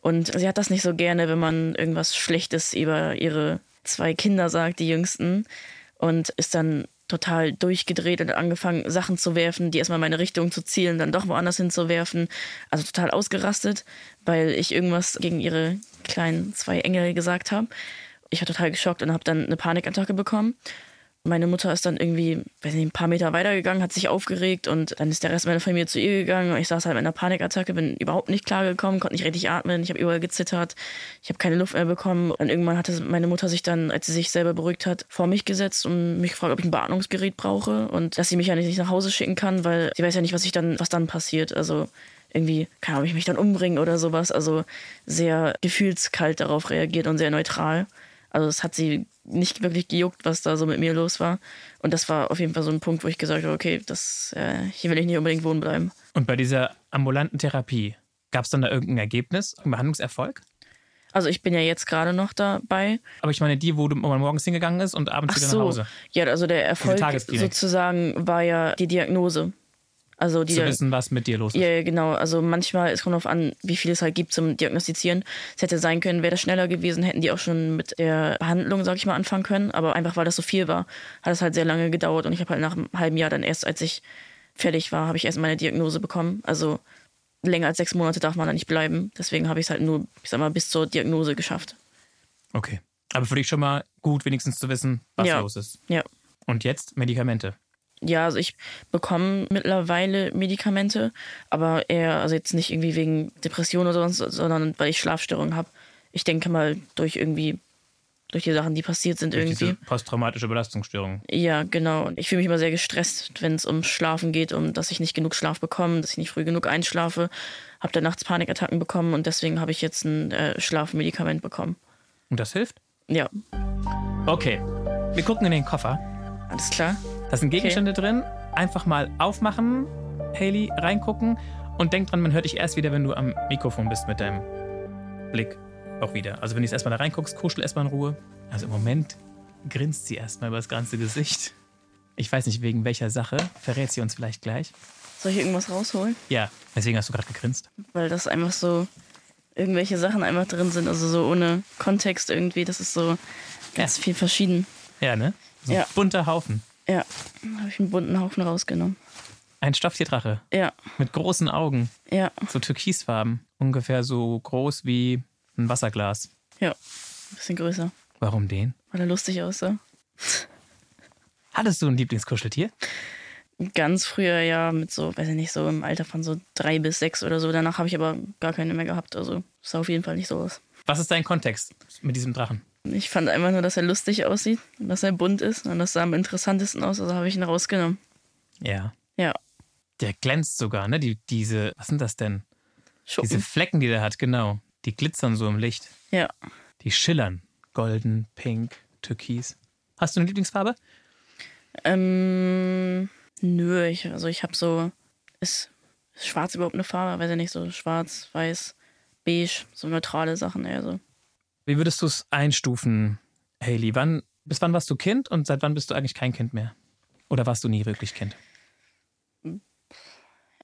Und sie hat das nicht so gerne, wenn man irgendwas Schlechtes über ihre zwei Kinder sagt, die jüngsten. Und ist dann total durchgedreht und hat angefangen, Sachen zu werfen, die erstmal in meine Richtung zu zielen, dann doch woanders hinzuwerfen. Also total ausgerastet, weil ich irgendwas gegen ihre kleinen zwei Engel gesagt habe. Ich war total geschockt und habe dann eine Panikattacke bekommen. Meine Mutter ist dann irgendwie, weiß nicht, ein paar Meter weitergegangen, hat sich aufgeregt und dann ist der Rest meiner Familie zu ihr gegangen. Und ich saß halt mit einer Panikattacke, bin überhaupt nicht klargekommen, konnte nicht richtig atmen, ich habe überall gezittert, ich habe keine Luft mehr bekommen. Und irgendwann hatte meine Mutter sich dann, als sie sich selber beruhigt hat, vor mich gesetzt und mich gefragt, ob ich ein Beatmungsgerät brauche und dass sie mich ja nicht nach Hause schicken kann, weil sie weiß ja nicht, was ich dann, was dann passiert. Also irgendwie, keine Ahnung, ob ich mich dann umbringe oder sowas. Also sehr gefühlskalt darauf reagiert und sehr neutral. Also es hat sie nicht wirklich gejuckt, was da so mit mir los war. Und das war auf jeden Fall so ein Punkt, wo ich gesagt habe, okay, das, äh, hier will ich nicht unbedingt wohnen bleiben.
Und bei dieser ambulanten Therapie, gab es dann da irgendein Ergebnis, einen Behandlungserfolg?
Also ich bin ja jetzt gerade noch dabei.
Aber ich meine die, wo, du, wo man morgens hingegangen ist und abends
Ach
wieder
so.
nach Hause.
Ja, also der Erfolg
Tagesklinik.
sozusagen war ja die Diagnose. Also die
Zu wissen, was mit dir los ist.
Ja, ja, genau. Also manchmal, es kommt darauf an, wie viel es halt gibt zum Diagnostizieren. Es hätte sein können, wäre das schneller gewesen, hätten die auch schon mit der Behandlung, sag ich mal, anfangen können. Aber einfach, weil das so viel war, hat es halt sehr lange gedauert. Und ich habe halt nach einem halben Jahr dann erst, als ich fertig war, habe ich erst meine Diagnose bekommen. Also länger als sechs Monate darf man da nicht bleiben. Deswegen habe ich es halt nur, ich sag mal, bis zur Diagnose geschafft.
Okay. Aber für dich schon mal gut, wenigstens zu wissen, was
Ja.
los ist.
Ja.
Und jetzt Medikamente.
ja, also ich bekomme mittlerweile Medikamente, aber eher, also jetzt nicht irgendwie wegen Depression oder sonst, sondern weil ich Schlafstörungen habe. Ich denke mal durch irgendwie, durch die Sachen, die passiert sind
Durch
irgendwie.
diese posttraumatische Belastungsstörung.
Ja, genau. Und ich fühle mich immer sehr gestresst, wenn es um Schlafen geht, um dass ich nicht genug Schlaf bekomme, dass ich nicht früh genug einschlafe. Habe dann nachts Panikattacken bekommen und deswegen habe ich jetzt ein äh, Schlafmedikament bekommen.
Und das hilft?
Ja,
Okay. Wir gucken in den Koffer.
alles klar.
Da sind Gegenstände drin. Einfach mal aufmachen, Haley, reingucken. Und denk dran, man hört dich erst wieder, wenn du am Mikrofon bist mit deinem Blick. Auch wieder. Also wenn du jetzt erstmal da reinguckst, kuschel erstmal in Ruhe. Also im Moment grinst sie erstmal über das ganze Gesicht. Ich weiß nicht, wegen welcher Sache. Verrät sie uns vielleicht gleich.
Soll ich irgendwas rausholen?
Ja, deswegen hast du gerade gegrinst.
weil das einfach so irgendwelche Sachen einfach drin sind, also so ohne Kontext irgendwie. Das ist so ganz viel verschieden.
Ja, ne? So ein
Ja.
bunter Haufen.
Ja, habe ich einen bunten Haufen rausgenommen.
Ein Stofftierdrache
Ja,
mit großen Augen,
ja,
so türkisfarben, ungefähr so groß wie ein Wasserglas.
ja. Bisschen größer.
Warum den?
weil er lustig aussah.
Hattest du ein Lieblingskuscheltier?
Ganz früher ja mit so, weiß ich nicht, so im Alter von so drei bis sechs oder so. Danach habe ich aber gar keine mehr gehabt. Also sah auf jeden Fall nicht so aus.
Was ist dein Kontext mit diesem Drachen?
Ich fand einfach nur, dass er lustig aussieht und dass er bunt ist und das sah am interessantesten aus, also habe ich ihn rausgenommen.
Ja.
Ja,
Der glänzt sogar, ne? Die, diese, was sind das denn?
Schuppen.
Diese Flecken, die der hat, genau. Die glitzern so im Licht.
ja.
Die schillern. Golden, pink, türkis. Hast du eine Lieblingsfarbe?
Ähm, nö, ich, also ich habe so, ist, ist schwarz überhaupt eine Farbe? Weiß ich nicht, so schwarz, weiß, beige, so neutrale Sachen eher so.
Wie würdest du es einstufen, Haley? Wann, bis wann warst du Kind und seit wann bist du eigentlich kein Kind mehr? Oder warst du nie wirklich Kind?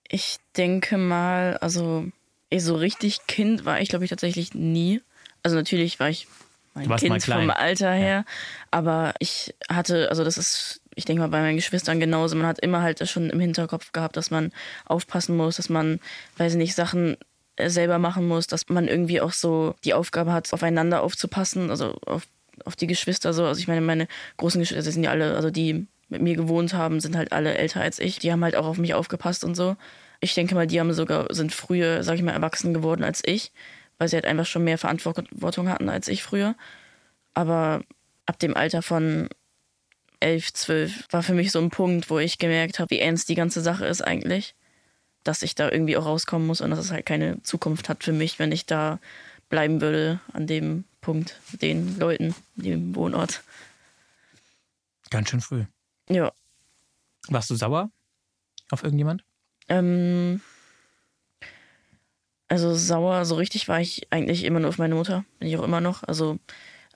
Ich denke mal, also eh, so richtig Kind war ich, glaube ich, tatsächlich nie. Also natürlich war ich mein
Du warst mal
Kind
klein.
vom Alter her, aber ich hatte, also das ist, ich denke mal bei meinen Geschwistern genauso, man hat immer halt das schon im Hinterkopf gehabt, dass man aufpassen muss, dass man, weiß ich nicht, Sachen äh, selber machen muss, dass man irgendwie auch so die Aufgabe hat, aufeinander aufzupassen, also auf, auf die Geschwister so. Also ich meine, meine großen Geschwister die sind ja alle, also die mit mir gewohnt haben, sind halt alle älter als ich. Die haben halt auch auf mich aufgepasst und so. Ich denke mal, die haben sogar, sind früher, sag ich mal, erwachsen geworden als ich, weil sie halt einfach schon mehr Verantwortung hatten als ich früher. Aber ab dem Alter von elf, zwölf war für mich so ein Punkt, wo ich gemerkt habe, wie ernst die ganze Sache ist eigentlich. Dass ich da irgendwie auch rauskommen muss und dass es halt keine Zukunft hat für mich, wenn ich da bleiben würde an dem Punkt, mit den Leuten, dem Wohnort.
Ganz schön früh.
Ja.
Warst du sauer auf irgendjemand?
Ähm, also sauer, so richtig war ich eigentlich immer nur auf meine Mutter. Bin ich auch immer noch. Also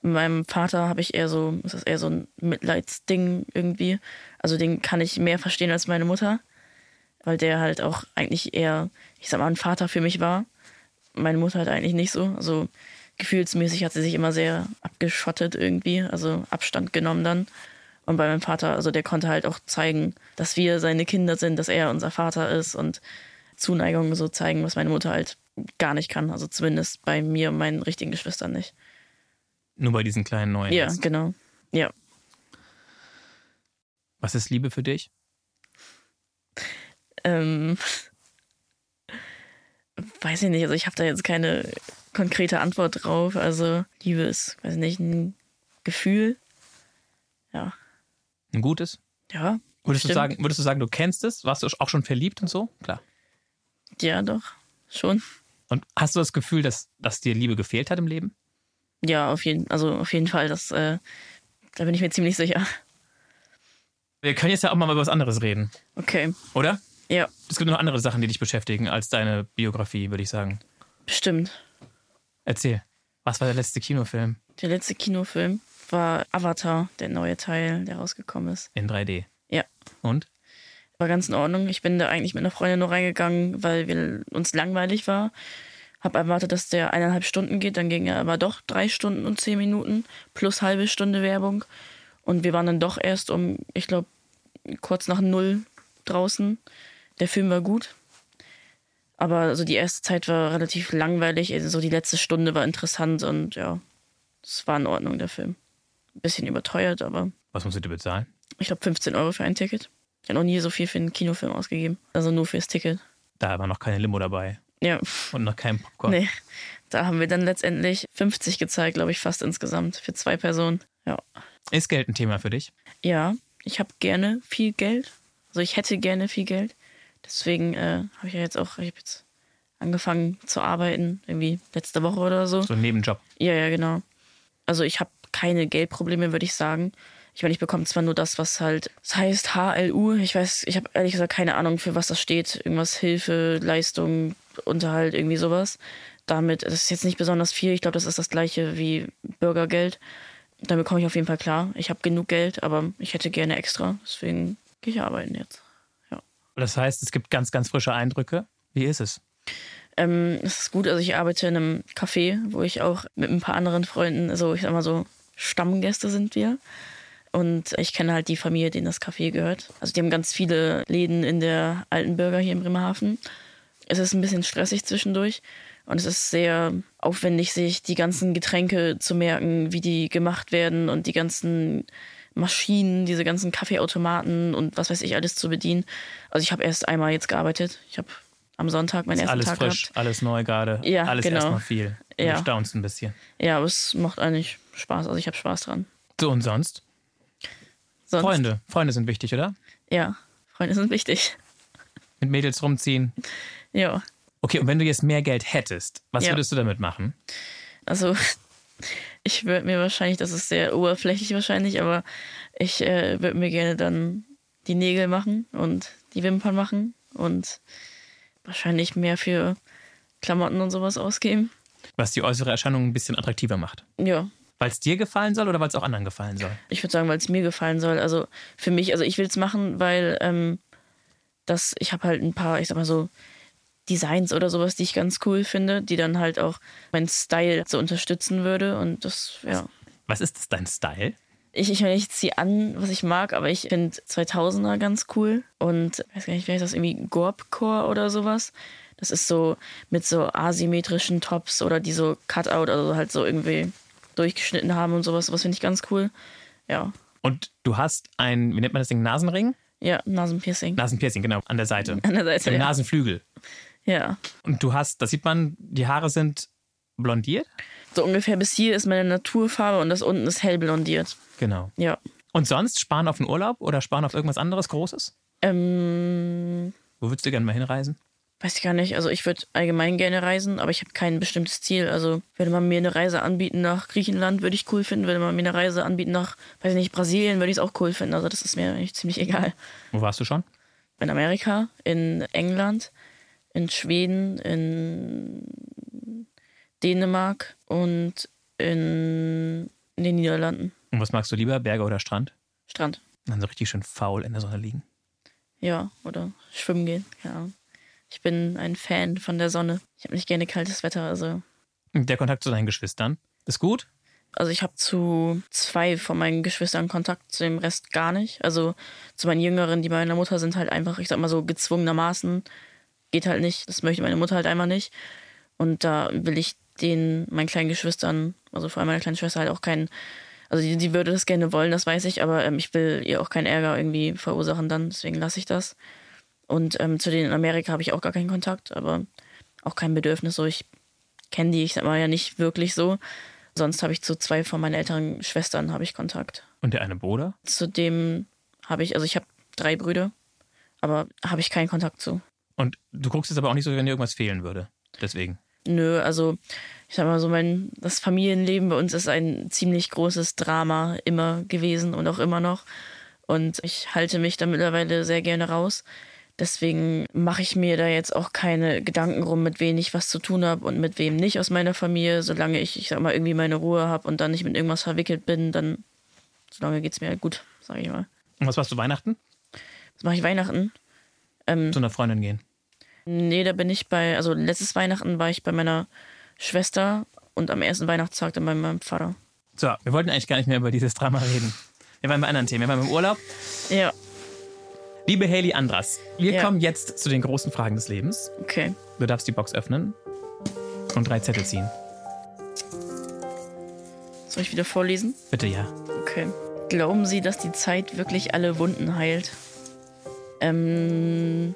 mit meinem Vater habe ich eher so, ist das eher so ein Mitleidsding irgendwie. Also den kann ich mehr verstehen als meine Mutter, weil der halt auch eigentlich eher, ich sag mal, ein Vater für mich war. Meine Mutter halt eigentlich nicht so. Also gefühlsmäßig hat sie sich immer sehr abgeschottet irgendwie, also Abstand genommen dann. Und bei meinem Vater, also der konnte halt auch zeigen, dass wir seine Kinder sind, dass er unser Vater ist und Zuneigung so zeigen, was meine Mutter halt gar nicht kann. Also zumindest bei mir und meinen richtigen Geschwistern nicht.
Nur bei diesen kleinen neuen.
Ja,
jetzt.
genau. Ja.
Was ist Liebe für dich?
Ähm, weiß ich nicht, also ich habe da jetzt keine konkrete Antwort drauf. Also Liebe ist, weiß ich nicht, ein Gefühl. Ja.
Ein gutes?
Ja.
Würdest du,
Stimmt.
sagen, würdest du sagen, du kennst es? Warst du auch schon verliebt und so? Klar.
Ja, doch. Schon.
Und hast du das Gefühl, dass, dass dir Liebe gefehlt hat im Leben?
Ja, auf jeden, also auf jeden Fall. Das, äh, da bin ich mir ziemlich sicher.
Wir können jetzt ja auch mal über was anderes reden,
Okay.
oder?
Ja,
Es gibt noch andere Sachen, die dich beschäftigen als deine Biografie, würde ich sagen.
bestimmt.
Erzähl. Was war der letzte Kinofilm
Der letzte Kinofilm war Avatar, der neue Teil, der rausgekommen ist.
in 3D?
Ja.
Und?
War ganz in Ordnung. Ich bin da eigentlich mit einer Freundin nur reingegangen, weil wir, uns langweilig war. Hab erwartet, dass der eineinhalb Stunden geht. Dann ging er aber doch drei Stunden und zehn Minuten plus halbe Stunde Werbung. Und wir waren dann doch erst um, ich glaube, kurz nach null draußen. Der Film war gut. Aber also die erste Zeit war relativ langweilig. Also so die letzte Stunde war interessant und ja, es war in Ordnung, der Film. Ein bisschen überteuert, aber
Was musstet ihr bezahlen?
ich glaube 15 Euro für ein Ticket. Ich habe noch nie so viel für einen Kinofilm ausgegeben. Also nur fürs Ticket.
Da war noch keine Limo dabei
Ja,
und noch kein Popcorn.
nee. Da haben wir dann letztendlich 50 gezahlt, glaube ich, fast insgesamt. Für zwei Personen. Ja.
Ist Geld ein Thema für dich?
Ja, ich habe gerne viel Geld. Also ich hätte gerne viel Geld. Deswegen äh, habe ich ja jetzt auch, ich habe jetzt angefangen zu arbeiten, irgendwie letzte Woche oder so.
So ein Nebenjob.
Ja, ja, genau. Also ich habe keine Geldprobleme, würde ich sagen. Ich meine, ich bekomme zwar nur das, was halt, es heißt HLU. Ich weiß, ich habe ehrlich gesagt keine Ahnung, für was das steht. Irgendwas Hilfe, Leistung, Unterhalt, irgendwie sowas. Damit, das ist jetzt nicht besonders viel. Ich glaube, das ist das gleiche wie Bürgergeld. Damit komme ich auf jeden Fall klar. Ich habe genug Geld, aber ich hätte gerne extra. Deswegen gehe ich arbeiten jetzt.
Das heißt, es gibt ganz, ganz frische Eindrücke. Wie ist es?
Ähm, es ist gut, also ich arbeite in einem Café, wo ich auch mit ein paar anderen Freunden, also ich sag mal so, Stammgäste sind wir. Und ich kenne halt die Familie, denen das Café gehört. Also die haben ganz viele Läden in der Altenbürger hier in Bremerhaven. Es ist ein bisschen stressig zwischendurch und es ist sehr aufwendig, sich die ganzen Getränke zu merken, wie die gemacht werden und die ganzen Maschinen, diese ganzen Kaffeeautomaten und was weiß ich alles zu bedienen. Also ich habe erst einmal jetzt gearbeitet. Ich habe am Sonntag meinen
Ist
ersten
alles
Tag
frisch,
gehabt.
alles neu gerade.
Ja,
alles
genau.
erstmal viel. Du
Ja.
staunst ein bisschen.
Ja, aber es macht eigentlich Spaß. Also ich habe Spaß dran.
So und sonst?
Sonst,
Freunde. Freunde sind wichtig, oder?
Ja, Freunde sind wichtig.
Mit Mädels rumziehen.
Ja,
Okay, und wenn du jetzt mehr Geld hättest, was
Ja.
würdest du damit machen?
also ich würde mir wahrscheinlich, das ist sehr oberflächlich wahrscheinlich, aber ich äh, würde mir gerne dann die Nägel machen und die Wimpern machen und wahrscheinlich mehr für Klamotten und sowas ausgeben.
Was die äußere Erscheinung ein bisschen attraktiver macht.
Ja,
Weil es dir gefallen soll oder weil es auch anderen gefallen soll?
ich würde sagen, weil es mir gefallen soll. Also für mich, also ich will es machen, weil ähm, das, ich habe halt ein paar, ich sag mal so, Designs oder sowas, die ich ganz cool finde, die dann halt auch meinen Style so unterstützen würde. Und das, ja.
Was ist das, dein Style?
Ich, ich, meine, ich ziehe an, was ich mag, aber ich finde 2000er ganz cool. Und ich weiß gar nicht, vielleicht das irgendwie Gorpcore oder sowas. Das ist so mit so asymmetrischen Tops oder die so Cutout, also halt so irgendwie durchgeschnitten haben und sowas. Sowas finde ich ganz cool. Ja.
Und du hast ein, wie nennt man das Ding, Nasenring?
Ja, Nasenpiercing.
Nasenpiercing, genau, an der Seite.
An der Seite,
Im
ja.
Nasenflügel.
ja.
Und du hast, das sieht man, die Haare sind blondiert.
So ungefähr bis hier ist meine Naturfarbe und das unten ist hell blondiert.
Genau.
Ja.
Und sonst sparen auf den Urlaub oder sparen auf irgendwas anderes Großes?
Ähm,
Wo würdest du gerne mal hinreisen?
weiß ich gar nicht. Also ich würde allgemein gerne reisen, aber ich habe kein bestimmtes Ziel. Also würde man mir eine Reise anbieten nach Griechenland, würde ich cool finden. Würde man mir eine Reise anbieten nach, weiß ich nicht, Brasilien, würde ich es auch cool finden. Also das ist mir eigentlich ziemlich egal.
Wo warst du schon?
In Amerika, in England, in Schweden, in Dänemark und in den Niederlanden.
Und was magst du lieber, Berge oder Strand?
Strand.
Und dann so richtig schön faul in der Sonne liegen.
Ja, oder schwimmen gehen, keine Ahnung. Ich bin ein Fan von der Sonne. Ich habe nicht gerne kaltes Wetter, also.
Und der Kontakt zu deinen Geschwistern ist gut.
Also ich habe zu zwei von meinen Geschwistern Kontakt, zu dem Rest gar nicht. Also zu meinen Jüngeren, die bei meiner Mutter sind, halt einfach, ich sag mal so, gezwungenermaßen. Geht halt nicht. Das möchte meine Mutter halt einfach nicht. Und da will ich den, meinen kleinen Geschwistern, also vor allem meiner kleinen Schwester halt auch keinen. Also die, die würde das gerne wollen, das weiß ich, aber ähm, ich will ihr auch keinen Ärger irgendwie verursachen dann, deswegen lasse ich das. Und ähm, zu denen in Amerika habe ich auch gar keinen Kontakt, aber auch kein Bedürfnis. So, ich kenne die, ich sag mal ja nicht wirklich so. Sonst habe ich zu zwei von meinen älteren Schwestern habe ich Kontakt.
Und der eine Bruder?
Zudem habe ich, also ich habe drei Brüder, aber habe ich keinen Kontakt zu.
Und du guckst jetzt aber auch nicht so, wenn dir irgendwas fehlen würde. Deswegen.
Nö, also ich sag mal so, mein, das Familienleben bei uns ist ein ziemlich großes Drama immer gewesen und auch immer noch. Und ich halte mich da mittlerweile sehr gerne raus. Deswegen mache ich mir da jetzt auch keine Gedanken rum, mit wem ich was zu tun habe und mit wem nicht aus meiner Familie. Solange ich, ich sag mal, irgendwie meine Ruhe habe und dann nicht mit irgendwas verwickelt bin, dann solange geht's mir gut, sage ich mal.
Und was warst du Weihnachten?
Was mache ich Weihnachten? Mhm.
Zu einer Freundin gehen.
Nee, da bin ich bei, also letztes Weihnachten war ich bei meiner Schwester und am ersten Weihnachtstag dann bei meinem Vater.
So, wir wollten eigentlich gar nicht mehr über dieses Drama reden. Wir waren bei anderen Themen. Wir waren im Urlaub.
Ja,
Liebe Haley Andras, wir
Ja.
kommen jetzt zu den großen Fragen des Lebens.
okay.
Du darfst die Box öffnen und drei Zettel ziehen.
Soll ich wieder vorlesen?
Bitte ja.
Okay. Glauben Sie, dass die Zeit wirklich alle Wunden heilt? Ähm,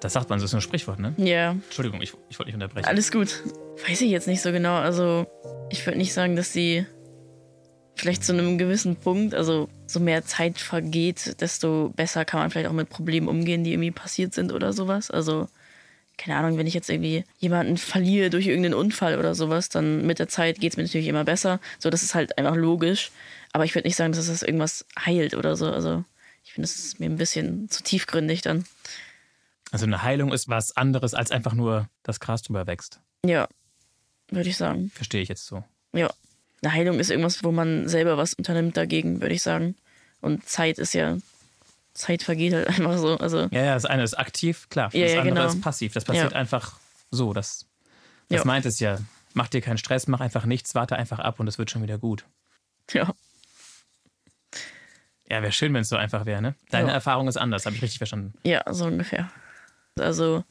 Das sagt man, so ist nur ein Sprichwort, ne?
ja,
Entschuldigung, ich, ich wollte nicht unterbrechen.
alles gut. Weiß ich jetzt nicht so genau. Also, ich würde nicht sagen, dass sie vielleicht zu einem gewissen Punkt, also so mehr Zeit vergeht, desto besser kann man vielleicht auch mit Problemen umgehen, die irgendwie passiert sind oder sowas. Also, keine Ahnung, wenn ich jetzt irgendwie jemanden verliere durch irgendeinen Unfall oder sowas, dann mit der Zeit geht es mir natürlich immer besser. So, das ist halt einfach logisch. Aber ich würde nicht sagen, dass das irgendwas heilt oder so. Also, ich finde, das ist mir ein bisschen zu tiefgründig dann.
Also eine Heilung ist was anderes, als einfach nur das Gras drüber wächst.
Ja, würde ich sagen.
Verstehe ich jetzt so.
Ja. Eine Heilung ist irgendwas, wo man selber was unternimmt dagegen, würde ich sagen. Und Zeit ist ja. Zeit vergeht halt einfach so. Also,
Ja, ja, das eine ist aktiv, klar.
Ja,
das
ja,
andere
genau.
ist passiv. Das passiert
Ja.
einfach so. Das, das
Ja.
meint es ja. Mach dir keinen Stress, mach einfach nichts, warte einfach ab und es wird schon wieder gut.
ja.
Ja, wäre schön, wenn es so einfach wäre, ne? Deine
Ja.
Erfahrung ist anders, habe ich richtig verstanden.
Ja, so ungefähr. Also,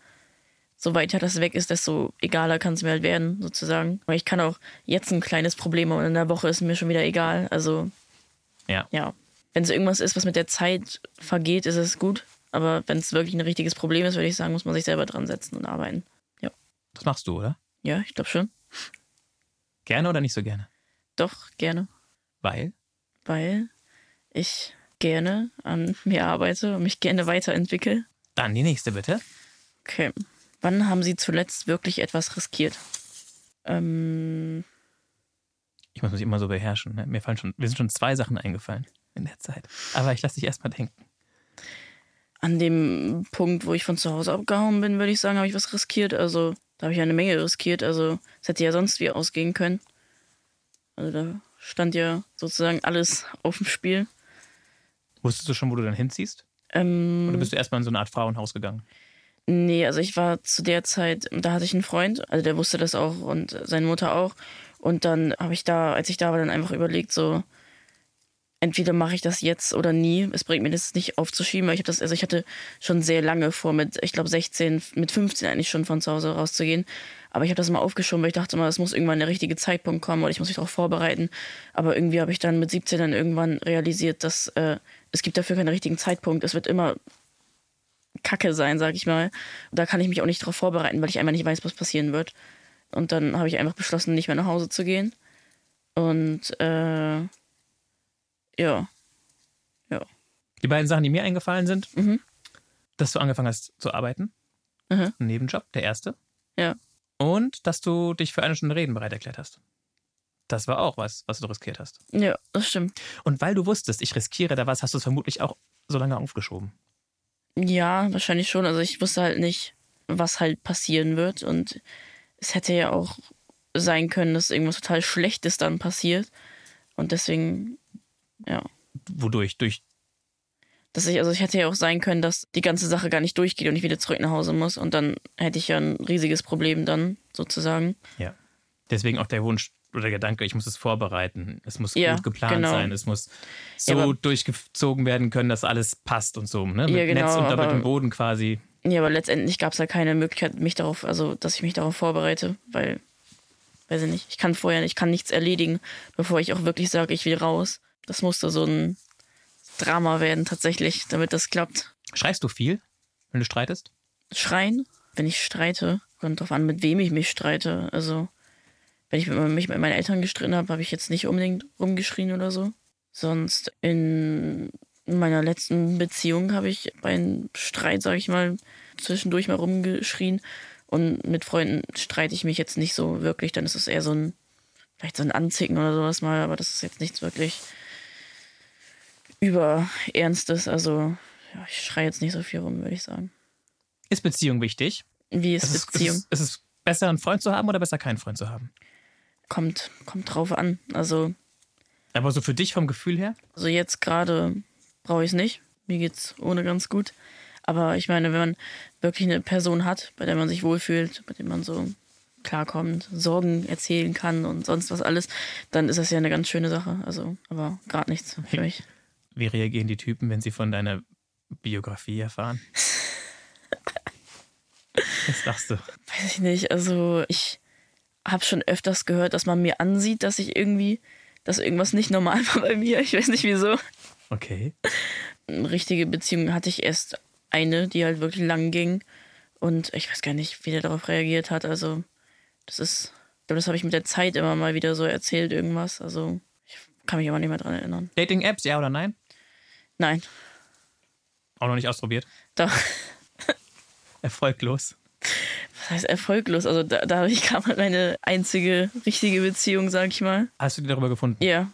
so weiter das weg ist, desto egaler kann es mir halt werden, sozusagen. Aber ich kann auch jetzt ein kleines Problem haben und in der Woche ist mir schon wieder egal. Also,
Ja.
ja. Wenn es irgendwas ist, was mit der Zeit vergeht, ist es gut. Aber wenn es wirklich ein richtiges Problem ist, würde ich sagen, muss man sich selber dran setzen und arbeiten.
Das machst du, oder?
Ja, ich glaube schon.
Gerne oder nicht so gerne?
Doch, gerne.
Weil?
Weil ich gerne an mir arbeite und mich gerne weiterentwickle.
Dann die nächste bitte.
Okay. Wann haben Sie zuletzt wirklich etwas riskiert? Ähm,
Ich muss mich immer so beherrschen. Ne? Mir fallen schon, mir sind schon zwei Sachen eingefallen in der Zeit. Aber ich lasse dich erstmal denken.
an dem Punkt, wo ich von zu Hause abgehauen bin, würde ich sagen, habe ich was riskiert. Also, da habe ich eine Menge riskiert. Also, es hätte ja sonst wie ausgehen können. Also, da stand ja sozusagen alles auf dem Spiel.
Wusstest du schon, wo du dann hinziehst?
Ähm,
Oder bist du erstmal in so eine Art Frauenhaus gegangen?
Nee, also ich war zu der Zeit, da hatte ich einen Freund, also der wusste das auch und seine Mutter auch. Und dann habe ich da, als ich da war, dann einfach überlegt, so, entweder mache ich das jetzt oder nie. Es bringt mir das nicht aufzuschieben, weil ich habe das, also ich hatte schon sehr lange vor, mit, ich glaube 16, mit 15 eigentlich schon von zu Hause rauszugehen. Aber ich habe das immer aufgeschoben, weil ich dachte immer, es muss irgendwann der richtige Zeitpunkt kommen oder ich muss mich darauf vorbereiten. Aber irgendwie habe ich dann mit 17 dann irgendwann realisiert, dass äh, es gibt dafür keinen richtigen Zeitpunkt. Es wird immer Kacke sein, sag ich mal. Da kann ich mich auch nicht darauf vorbereiten, weil ich einfach nicht weiß, was passieren wird. Und dann habe ich einfach beschlossen, nicht mehr nach Hause zu gehen. Und äh, ja,
Die beiden Sachen, die mir eingefallen sind,
Mhm.
dass du angefangen hast zu arbeiten.
Aha.
Ein Nebenjob, der erste.
Mhm. Ja.
Und dass du dich für eine Stunde Reden bereit erklärt hast. Das war auch was, was du riskiert hast.
ja, das stimmt.
Und weil du wusstest, ich riskiere da was, hast du es vermutlich auch so lange aufgeschoben.
Ja, wahrscheinlich schon. Also ich wusste halt nicht, was halt passieren wird. Und es hätte ja auch sein können, dass irgendwas total Schlechtes dann passiert. Und deswegen, ja.
Wodurch? Durch
Dass ich, also ich hätte ja auch sein können, dass die ganze Sache gar nicht durchgeht und ich wieder zurück nach Hause muss. Und dann hätte ich ja ein riesiges Problem dann, sozusagen.
Deswegen auch der Wunsch oder der Gedanke, ich muss es vorbereiten. Es muss
Ja,
gut geplant
genau.
sein. Es muss so
Ja, aber-
durchgezogen werden können, dass alles passt und so. Ne? Mit
Ja, genau,
Netz und damit
aber-
dem Boden quasi.
Ja, aber letztendlich gab es halt keine Möglichkeit, mich darauf, also dass ich mich darauf vorbereite, weil, weiß ich nicht, ich kann vorher, ich kann nichts erledigen, bevor ich auch wirklich sage, ich will raus. Das musste so ein Drama werden tatsächlich, damit das klappt.
Schreist du viel, wenn du streitest?
Schreien, wenn ich streite, kommt drauf an, mit wem ich mich streite. Also, wenn ich mit, mich mit meinen Eltern gestritten habe, habe ich jetzt nicht unbedingt rumgeschrien oder so. Sonst in meiner letzten Beziehung habe ich bei einem Streit, sage ich mal, zwischendurch mal rumgeschrien. Und mit Freunden streite ich mich jetzt nicht so wirklich. Dann ist es eher so ein, vielleicht so ein Anzicken oder sowas mal, aber das ist jetzt nichts wirklich über Ernstes. Also, ja, ich schreie jetzt nicht so viel rum, würde ich sagen.
Ist Beziehung wichtig?
Wie ist
Also es,
Beziehung?
Ist, es, ist es besser, einen Freund zu haben oder besser, keinen Freund zu haben?
kommt, kommt drauf an. Also,
Aber so für dich vom Gefühl her?
also jetzt gerade brauche ich es nicht. Mir geht's ohne ganz gut. Aber ich meine, wenn man wirklich eine Person hat, bei der man sich wohlfühlt, mit der man so klarkommt, Sorgen erzählen kann und sonst was alles, dann ist das ja eine ganz schöne Sache. Also, aber gerade nichts für mich.
Wie reagieren die Typen, wenn sie von deiner Biografie erfahren? Was sagst du?
weiß ich nicht, also ich habe schon öfters gehört, dass man mir ansieht, dass ich irgendwie, dass irgendwas nicht normal war bei mir. Ich weiß nicht wieso.
Okay.
Eine richtige Beziehung hatte ich erst eine, die halt wirklich lang ging. Und ich weiß gar nicht, wie der darauf reagiert hat. Also, das ist, ich glaub, das habe ich mit der Zeit immer mal wieder so erzählt, irgendwas. Also, ich kann mich aber nicht mehr dran erinnern.
Dating-Apps, ja oder nein?
Nein,
Auch noch nicht ausprobiert.
doch.
Erfolglos.
Das heißt erfolglos. Also, da, dadurch kam halt meine einzige richtige Beziehung, sag ich mal.
Hast du dir darüber gefunden?
Ja.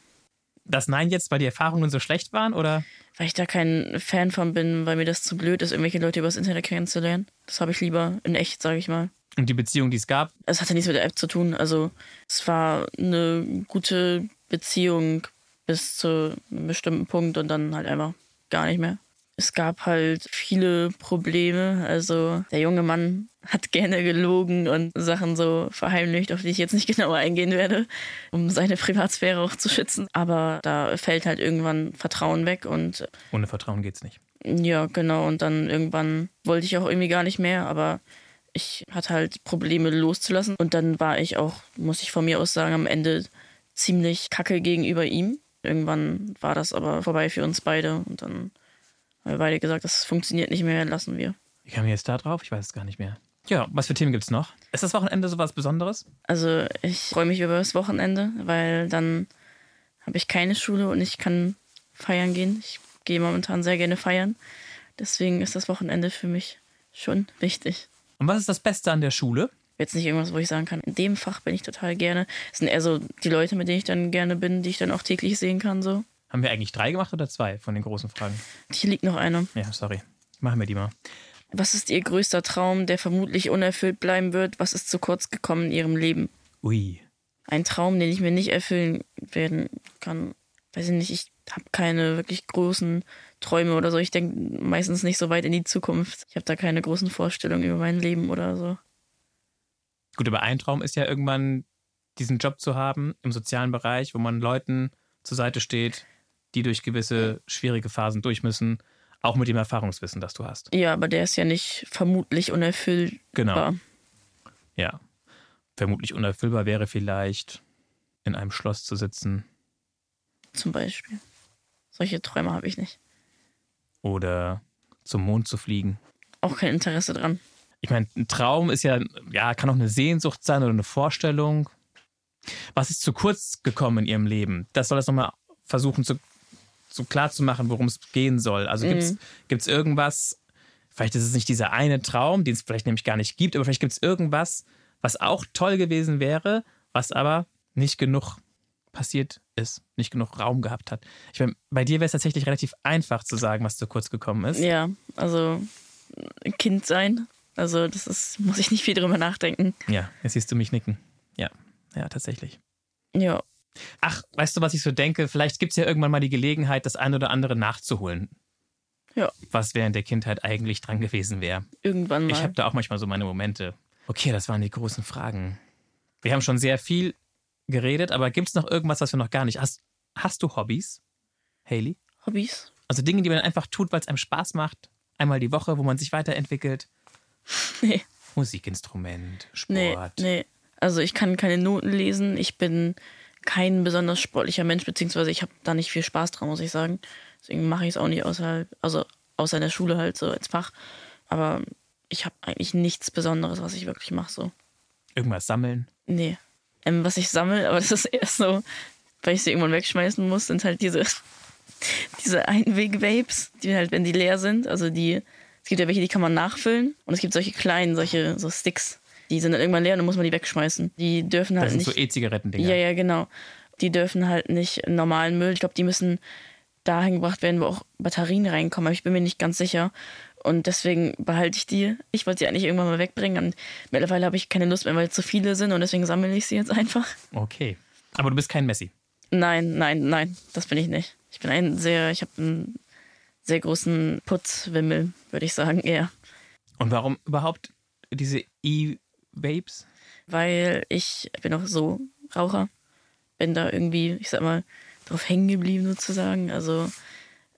Das Nein jetzt, weil die Erfahrungen so schlecht waren oder?
Weil ich da kein Fan von bin, weil mir das zu blöd ist, irgendwelche Leute übers Internet kennenzulernen. Das habe ich lieber in echt, sage ich mal.
Und die Beziehung, die es gab,
Es hatte nichts mit der App zu tun. Also es war eine gute Beziehung bis zu einem bestimmten Punkt und dann halt einfach gar nicht mehr. Es gab halt viele Probleme. Also der junge Mann hat gerne gelogen und Sachen so verheimlicht, auf die ich jetzt nicht genauer eingehen werde, um seine Privatsphäre auch zu schützen. Aber da fällt halt irgendwann Vertrauen weg und
ohne Vertrauen geht's nicht.
Ja, genau. Und dann irgendwann wollte ich auch irgendwie gar nicht mehr, aber ich hatte halt Probleme loszulassen. Und dann war ich auch, muss ich von mir aus sagen, am Ende ziemlich kacke gegenüber ihm. Irgendwann war das aber vorbei für uns beide. Und dann haben wir beide gesagt, das funktioniert nicht mehr, lassen wir.
Wie kam ich jetzt da drauf? Ich weiß es gar nicht mehr. Ja, was für Themen gibt's noch? Ist das Wochenende so was Besonderes?
Also ich freue mich über das Wochenende, weil dann habe ich keine Schule und ich kann feiern gehen. Ich gehe momentan sehr gerne feiern. Deswegen ist das Wochenende für mich schon wichtig.
Und was ist das Beste an der Schule?
Jetzt nicht irgendwas, wo ich sagen kann, in dem Fach bin ich total gerne. Es sind eher so die Leute, mit denen ich dann gerne bin, die ich dann auch täglich sehen kann. So.
Haben wir eigentlich drei gemacht oder zwei von den großen Fragen?
Hier liegt noch eine.
Ja, sorry. Machen wir die mal.
Was ist Ihr größter Traum, der vermutlich unerfüllt bleiben wird? Was ist zu kurz gekommen in Ihrem Leben?
Ui.
Ein Traum, den ich mir nicht erfüllen werden kann. Weiß ich nicht, ich habe keine wirklich großen Träume oder so. Ich denke meistens nicht so weit in die Zukunft. Ich habe da keine großen Vorstellungen über mein Leben oder so.
Gut, aber ein Traum ist ja irgendwann diesen Job zu haben im sozialen Bereich, wo man Leuten zur Seite steht, die durch gewisse schwierige Phasen durch müssen, auch mit dem Erfahrungswissen, das du hast.
Ja, aber der ist ja nicht vermutlich unerfüllbar.
Genau. Ja. Vermutlich unerfüllbar wäre vielleicht, in einem Schloss zu sitzen
Zum Beispiel. Solche Träume habe ich nicht.
oder zum Mond zu fliegen.
Auch kein Interesse dran.
Ich meine, ein Traum ist ja, ja, kann auch eine Sehnsucht sein oder eine Vorstellung. Was ist zu kurz gekommen in ihrem Leben? Das soll das nochmal versuchen, zu, zu klar zu machen, worum es gehen soll. Also gibt's gibt's irgendwas, vielleicht ist es nicht dieser eine Traum, den es vielleicht nämlich gar nicht gibt, aber vielleicht gibt es irgendwas, was auch toll gewesen wäre, was aber nicht genug passiert ist, nicht genug Raum gehabt hat. Ich meine, bei dir wäre es tatsächlich relativ einfach zu sagen, was zu kurz gekommen ist.
Ja, also ein Kind sein. Also das ist, muss ich nicht viel drüber nachdenken.
Ja, jetzt siehst du mich nicken. Ja, ja, tatsächlich.
Ja,
Ach, weißt du, was ich so denke? Vielleicht gibt es ja irgendwann mal die Gelegenheit, das ein oder andere nachzuholen.
Ja.
Was während der Kindheit eigentlich dran gewesen wäre.
irgendwann
Ich habe
mal.
da auch manchmal so meine Momente. Okay, das waren die großen Fragen. Wir haben schon sehr viel geredet, aber gibt es noch irgendwas, was wir noch gar nicht. Hast, hast du Hobbys, Haley?
Hobbys?
Also Dinge, die man einfach tut, weil es einem Spaß macht. Einmal die Woche, wo man sich weiterentwickelt.
Nee.
Musikinstrument, Sport.
Nee, nee. Also ich kann keine Noten lesen. Ich bin kein besonders sportlicher Mensch, beziehungsweise ich habe da nicht viel Spaß dran, muss ich sagen. Deswegen mache ich es auch nicht außerhalb, also außer in der Schule halt so als Fach. Aber ich habe eigentlich nichts Besonderes, was ich wirklich mache so.
Irgendwas sammeln.
Nee. Ähm, was ich sammle, aber das ist eher so, weil ich sie irgendwann wegschmeißen muss, sind halt diese, diese Einweg-Vapes, die halt, wenn die leer sind, also die, es gibt ja welche, die kann man nachfüllen und es gibt solche kleinen, solche so Sticks, die sind dann irgendwann leer und dann muss man die wegschmeißen. Die dürfen
Das
halt
sind
nicht.
so E-Zigaretten-Dinger.
ja, ja, genau. Die dürfen halt nicht in normalen Müll. Ich glaube, die müssen dahin gebracht werden, wo auch Batterien reinkommen, aber ich bin mir nicht ganz sicher. Und deswegen behalte ich die. Ich wollte sie eigentlich irgendwann mal wegbringen und mittlerweile habe ich keine Lust mehr, weil es zu viele sind und deswegen sammle ich sie jetzt einfach.
Okay. Aber du bist kein Messi.
Nein, nein, nein, das bin ich nicht. Ich bin ein sehr, ich habe einen sehr großen Putzwimmel, würde ich sagen, eher.
Und warum überhaupt diese E-Vapes?
Weil ich bin auch so Raucher, bin da irgendwie, ich sag mal, drauf hängen geblieben sozusagen. Also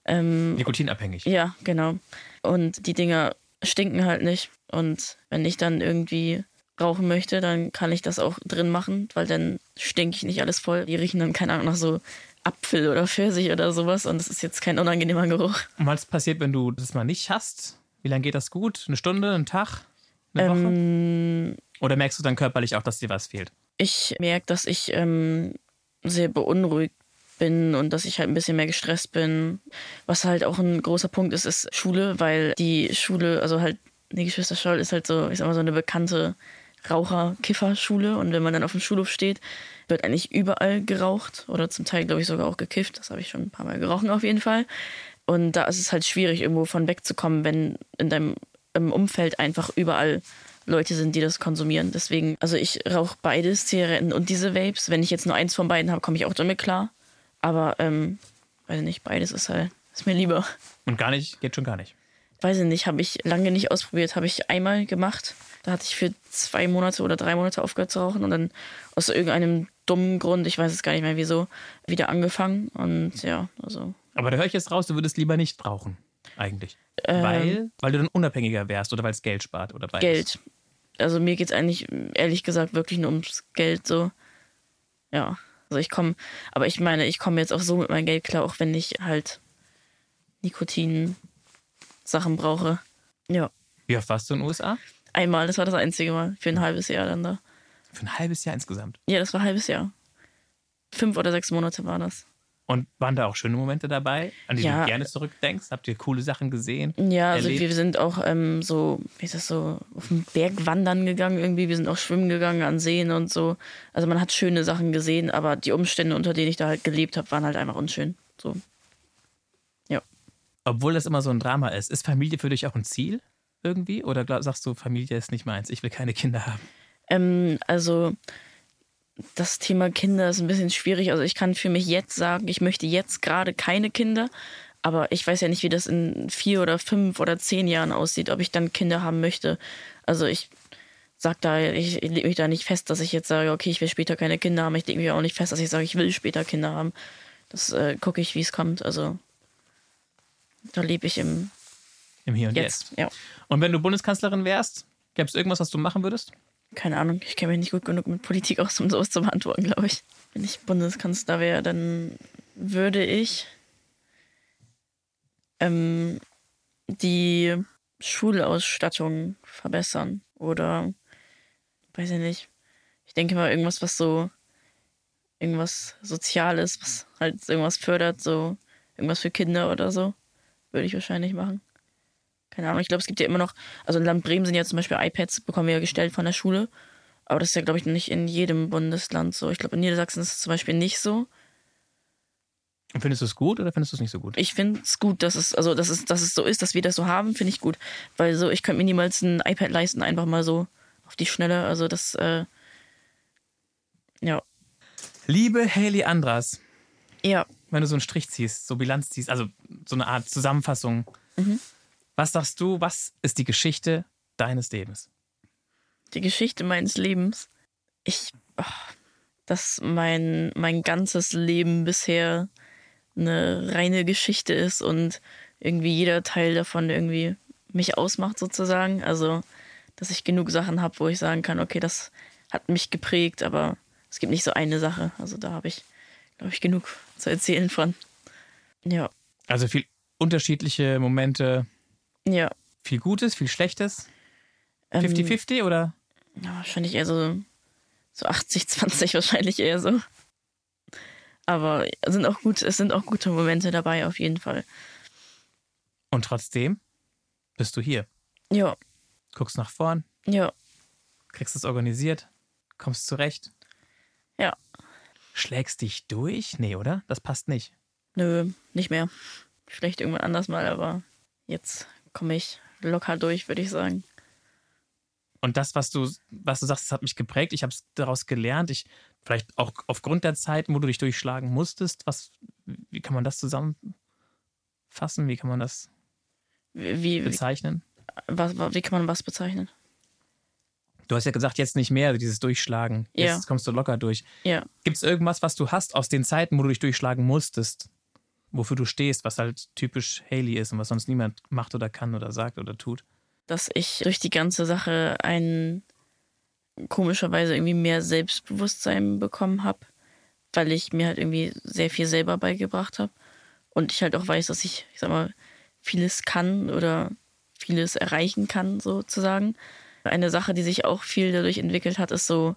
ähm,
Nikotinabhängig.
Ja, genau. Und die Dinger stinken halt nicht. Und wenn ich dann irgendwie rauchen möchte, dann kann ich das auch drin machen, weil dann stinke ich nicht alles voll. Die riechen dann, keine Ahnung, nach so Apfel oder Pfirsich oder sowas. Und das ist jetzt kein unangenehmer Geruch.
Und was passiert, wenn du das mal nicht hast? Wie lange geht das gut? Eine Stunde, einen Tag, eine Woche?
Ähm,
Oder merkst du dann körperlich auch, dass dir was fehlt?
ich merke, dass ich ähm, sehr beunruhigt bin und dass ich halt ein bisschen mehr gestresst bin. Was halt auch ein großer Punkt ist, ist Schule, weil die Schule, also halt die Geschwister Scholl ist halt so, ich sag mal, so eine bekannte Raucher-Kiffer-Schule und wenn man dann auf dem Schulhof steht, wird eigentlich überall geraucht oder zum Teil, glaube ich, sogar auch gekifft. Das habe ich schon ein paar Mal gerochen auf jeden Fall. Und da ist es halt schwierig, irgendwo von wegzukommen, wenn in deinem im Umfeld einfach überall Leute sind, die das konsumieren. Deswegen, also ich rauche beides, Zigaretten und diese Vapes. Wenn ich jetzt nur eins von beiden habe, komme ich auch damit klar. Aber, ähm, weiß nicht, beides ist halt, ist mir lieber.
Und gar nicht, geht schon gar nicht.
Weiß ich nicht, habe ich lange nicht ausprobiert, habe ich einmal gemacht. Da hatte ich für zwei Monate oder drei Monate aufgehört zu rauchen und dann aus irgendeinem dummen Grund, ich weiß es gar nicht mehr wieso, wieder angefangen. Und ja, also
Aber da höre ich jetzt raus, du würdest lieber nicht rauchen. eigentlich?
Ähm,
weil? Weil du dann unabhängiger wärst oder weil es Geld spart oder beides?
Geld. Also mir geht es eigentlich, ehrlich gesagt, wirklich nur ums Geld so. Ja. Also ich komme, aber ich meine, ich komme jetzt auch so mit meinem Geld klar, auch wenn ich halt Nikotin-Sachen brauche. Ja.
Wie oft warst du in den USA?
Einmal, das war das einzige Mal. Für ein halbes Jahr dann da.
Für ein halbes Jahr insgesamt.
Ja, das war ein halbes Jahr. Fünf oder sechs Monate war das.
Und waren da auch schöne Momente dabei, an die du
Ja.
gerne zurückdenkst? Habt ihr coole Sachen gesehen?
Ja, also
Erlebt.
wir sind auch ähm, so, wie ist das so, auf den Berg wandern gegangen irgendwie. Wir sind auch schwimmen gegangen an Seen und so. Also man hat schöne Sachen gesehen, aber die Umstände, unter denen ich da halt gelebt habe, waren halt einfach unschön. So.
Obwohl das immer so ein Drama ist. Ist Familie für dich auch ein Ziel irgendwie? Oder glaub, sagst du, Familie ist nicht meins, ich will keine Kinder haben?
Ähm, also das Thema Kinder ist ein bisschen schwierig. Also ich kann für mich jetzt sagen, ich möchte jetzt gerade keine Kinder. Aber ich weiß ja nicht, wie das in vier oder fünf oder zehn Jahren aussieht, ob ich dann Kinder haben möchte. Also ich sag da, ich lege mich da nicht fest, dass ich jetzt sage, okay, ich will später keine Kinder haben. Ich lege mich auch nicht fest, dass ich sage, ich will später Kinder haben. Das äh, gucke ich, wie es kommt. Also da lebe ich im
Im Hier und Jetzt.
Jetzt. Ja.
Und wenn du Bundeskanzlerin wärst, gäbe es irgendwas, was du machen würdest?
Keine Ahnung, ich kenne mich nicht gut genug mit Politik aus, um sowas zu beantworten, glaube ich. Wenn ich Bundeskanzler wäre, dann würde ich ähm, die Schulausstattung verbessern. Oder, weiß ich nicht, ich denke mal irgendwas, was so, irgendwas Soziales, was halt irgendwas fördert, so irgendwas für Kinder oder so, würde ich wahrscheinlich machen. Keine Ahnung, ich glaube, es gibt ja immer noch, also in Land Bremen sind ja zum Beispiel iPads, bekommen wir ja gestellt von der Schule. Aber das ist ja, glaube ich, nicht in jedem Bundesland so. Ich glaube, in Niedersachsen ist es zum Beispiel nicht so.
Und findest du es gut oder findest du es nicht so gut?
Ich finde es gut, dass es, also dass es, dass es so ist, dass wir das so haben, finde ich gut. Weil so, ich könnte mir niemals ein iPad leisten, einfach mal so auf die Schnelle. Also das, äh, ja.
Liebe Haley Andras,
Ja,
wenn du so einen Strich ziehst, so Bilanz ziehst, also so eine Art Zusammenfassung,
Mhm.
was sagst du, was ist die Geschichte deines Lebens?
die Geschichte meines Lebens. Ich, ach, dass mein, mein ganzes Leben bisher eine reine Geschichte ist und irgendwie jeder Teil davon irgendwie mich ausmacht sozusagen. Also, dass ich genug Sachen habe, wo ich sagen kann, okay, das hat mich geprägt, aber es gibt nicht so eine Sache. Also da habe ich, glaube ich, genug zu erzählen von. Ja,
Also viel unterschiedliche Momente,
ja.
viel Gutes, viel Schlechtes,
Ähm,
50-50 oder?
Ja, wahrscheinlich eher so, so 80, 20 wahrscheinlich eher so. Aber es sind auch gut, es sind auch gute Momente dabei, auf jeden Fall.
Und trotzdem bist du hier,
Ja,
guckst nach vorn,
ja,
kriegst es organisiert, kommst zurecht.
Ja.
Schlägst dich durch? Nee, oder? Das passt nicht.
nö, nicht mehr. Vielleicht irgendwann anders mal, aber jetzt komme ich locker durch, würde ich sagen.
Und das, was du, was du sagst, das hat mich geprägt. Ich habe es daraus gelernt. Ich vielleicht auch aufgrund der Zeiten, wo du dich durchschlagen musstest. Was, wie kann man das zusammenfassen? Wie kann man das
Wie, wie, wie,
bezeichnen?
was, wa- wie kann man was bezeichnen?
Du hast ja gesagt, jetzt nicht mehr dieses Durchschlagen.
Ja.
Jetzt kommst du locker durch.
Ja,
Gibt es irgendwas, was du hast aus den Zeiten, wo du dich durchschlagen musstest? Wofür du stehst, was halt typisch Haley ist und was sonst niemand macht oder kann oder sagt oder tut?
dass ich durch die ganze Sache ein komischerweise irgendwie mehr Selbstbewusstsein bekommen habe, weil ich mir halt irgendwie sehr viel selber beigebracht habe und ich halt auch weiß, dass ich, ich sag mal, vieles kann oder vieles erreichen kann sozusagen. Eine Sache, die sich auch viel dadurch entwickelt hat, ist so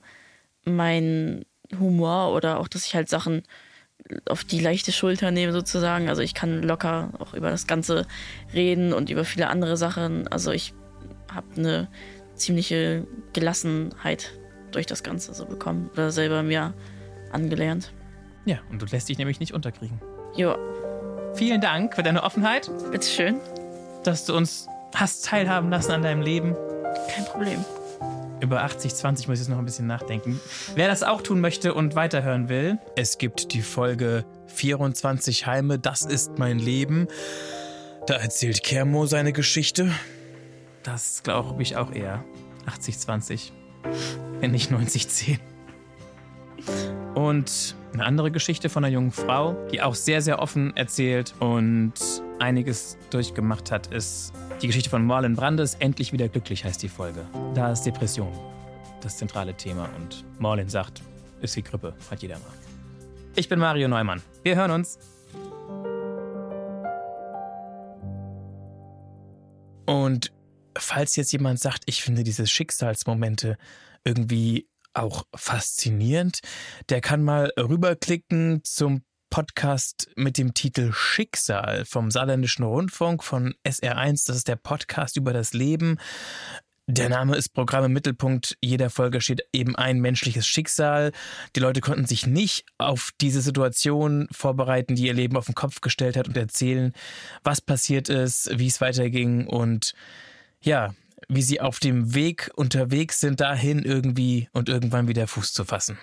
mein Humor oder auch, dass ich halt Sachen auf die leichte Schulter nehme sozusagen. Also ich kann locker auch über das Ganze reden und über viele andere Sachen. Also ich habe eine ne ziemliche Gelassenheit durch das Ganze so bekommen oder selber mir angelernt.
Ja, und du lässt dich nämlich nicht unterkriegen.
Ja,
Vielen Dank für deine Offenheit,
bitteschön.
dass du uns hast teilhaben lassen an deinem Leben.
Kein Problem.
Über 80, 20 muss ich jetzt noch ein bisschen nachdenken. Wer das auch tun möchte und weiterhören will.
Es gibt die Folge 24 Heime, das ist mein Leben. Da erzählt Kermo seine Geschichte.
Das glaube ich auch eher. 80, 20. Wenn nicht 90, 10. Und eine andere Geschichte von einer jungen Frau, die auch sehr, sehr offen erzählt und einiges durchgemacht hat, ist die Geschichte von Marlon Brandes. Endlich wieder glücklich heißt die Folge. Da ist Depression das zentrale Thema und Marlon sagt, ist wie Grippe, hat jeder mal. Ich bin Mario Neumann. Wir hören uns. Und falls jetzt jemand sagt, ich finde diese Schicksalsmomente irgendwie auch faszinierend, der kann mal rüberklicken zum Podcast mit dem Titel Schicksal vom Saarländischen Rundfunk von SR1. Das ist der Podcast über das Leben. Der Name ist Programm im Mittelpunkt. Jeder Folge steht eben ein menschliches Schicksal. Die Leute konnten sich nicht auf diese Situation vorbereiten, die ihr Leben auf den Kopf gestellt hat und erzählen, was passiert ist, wie es weiterging und ja, wie sie auf dem Weg unterwegs sind, dahin irgendwie und irgendwann wieder Fuß zu fassen.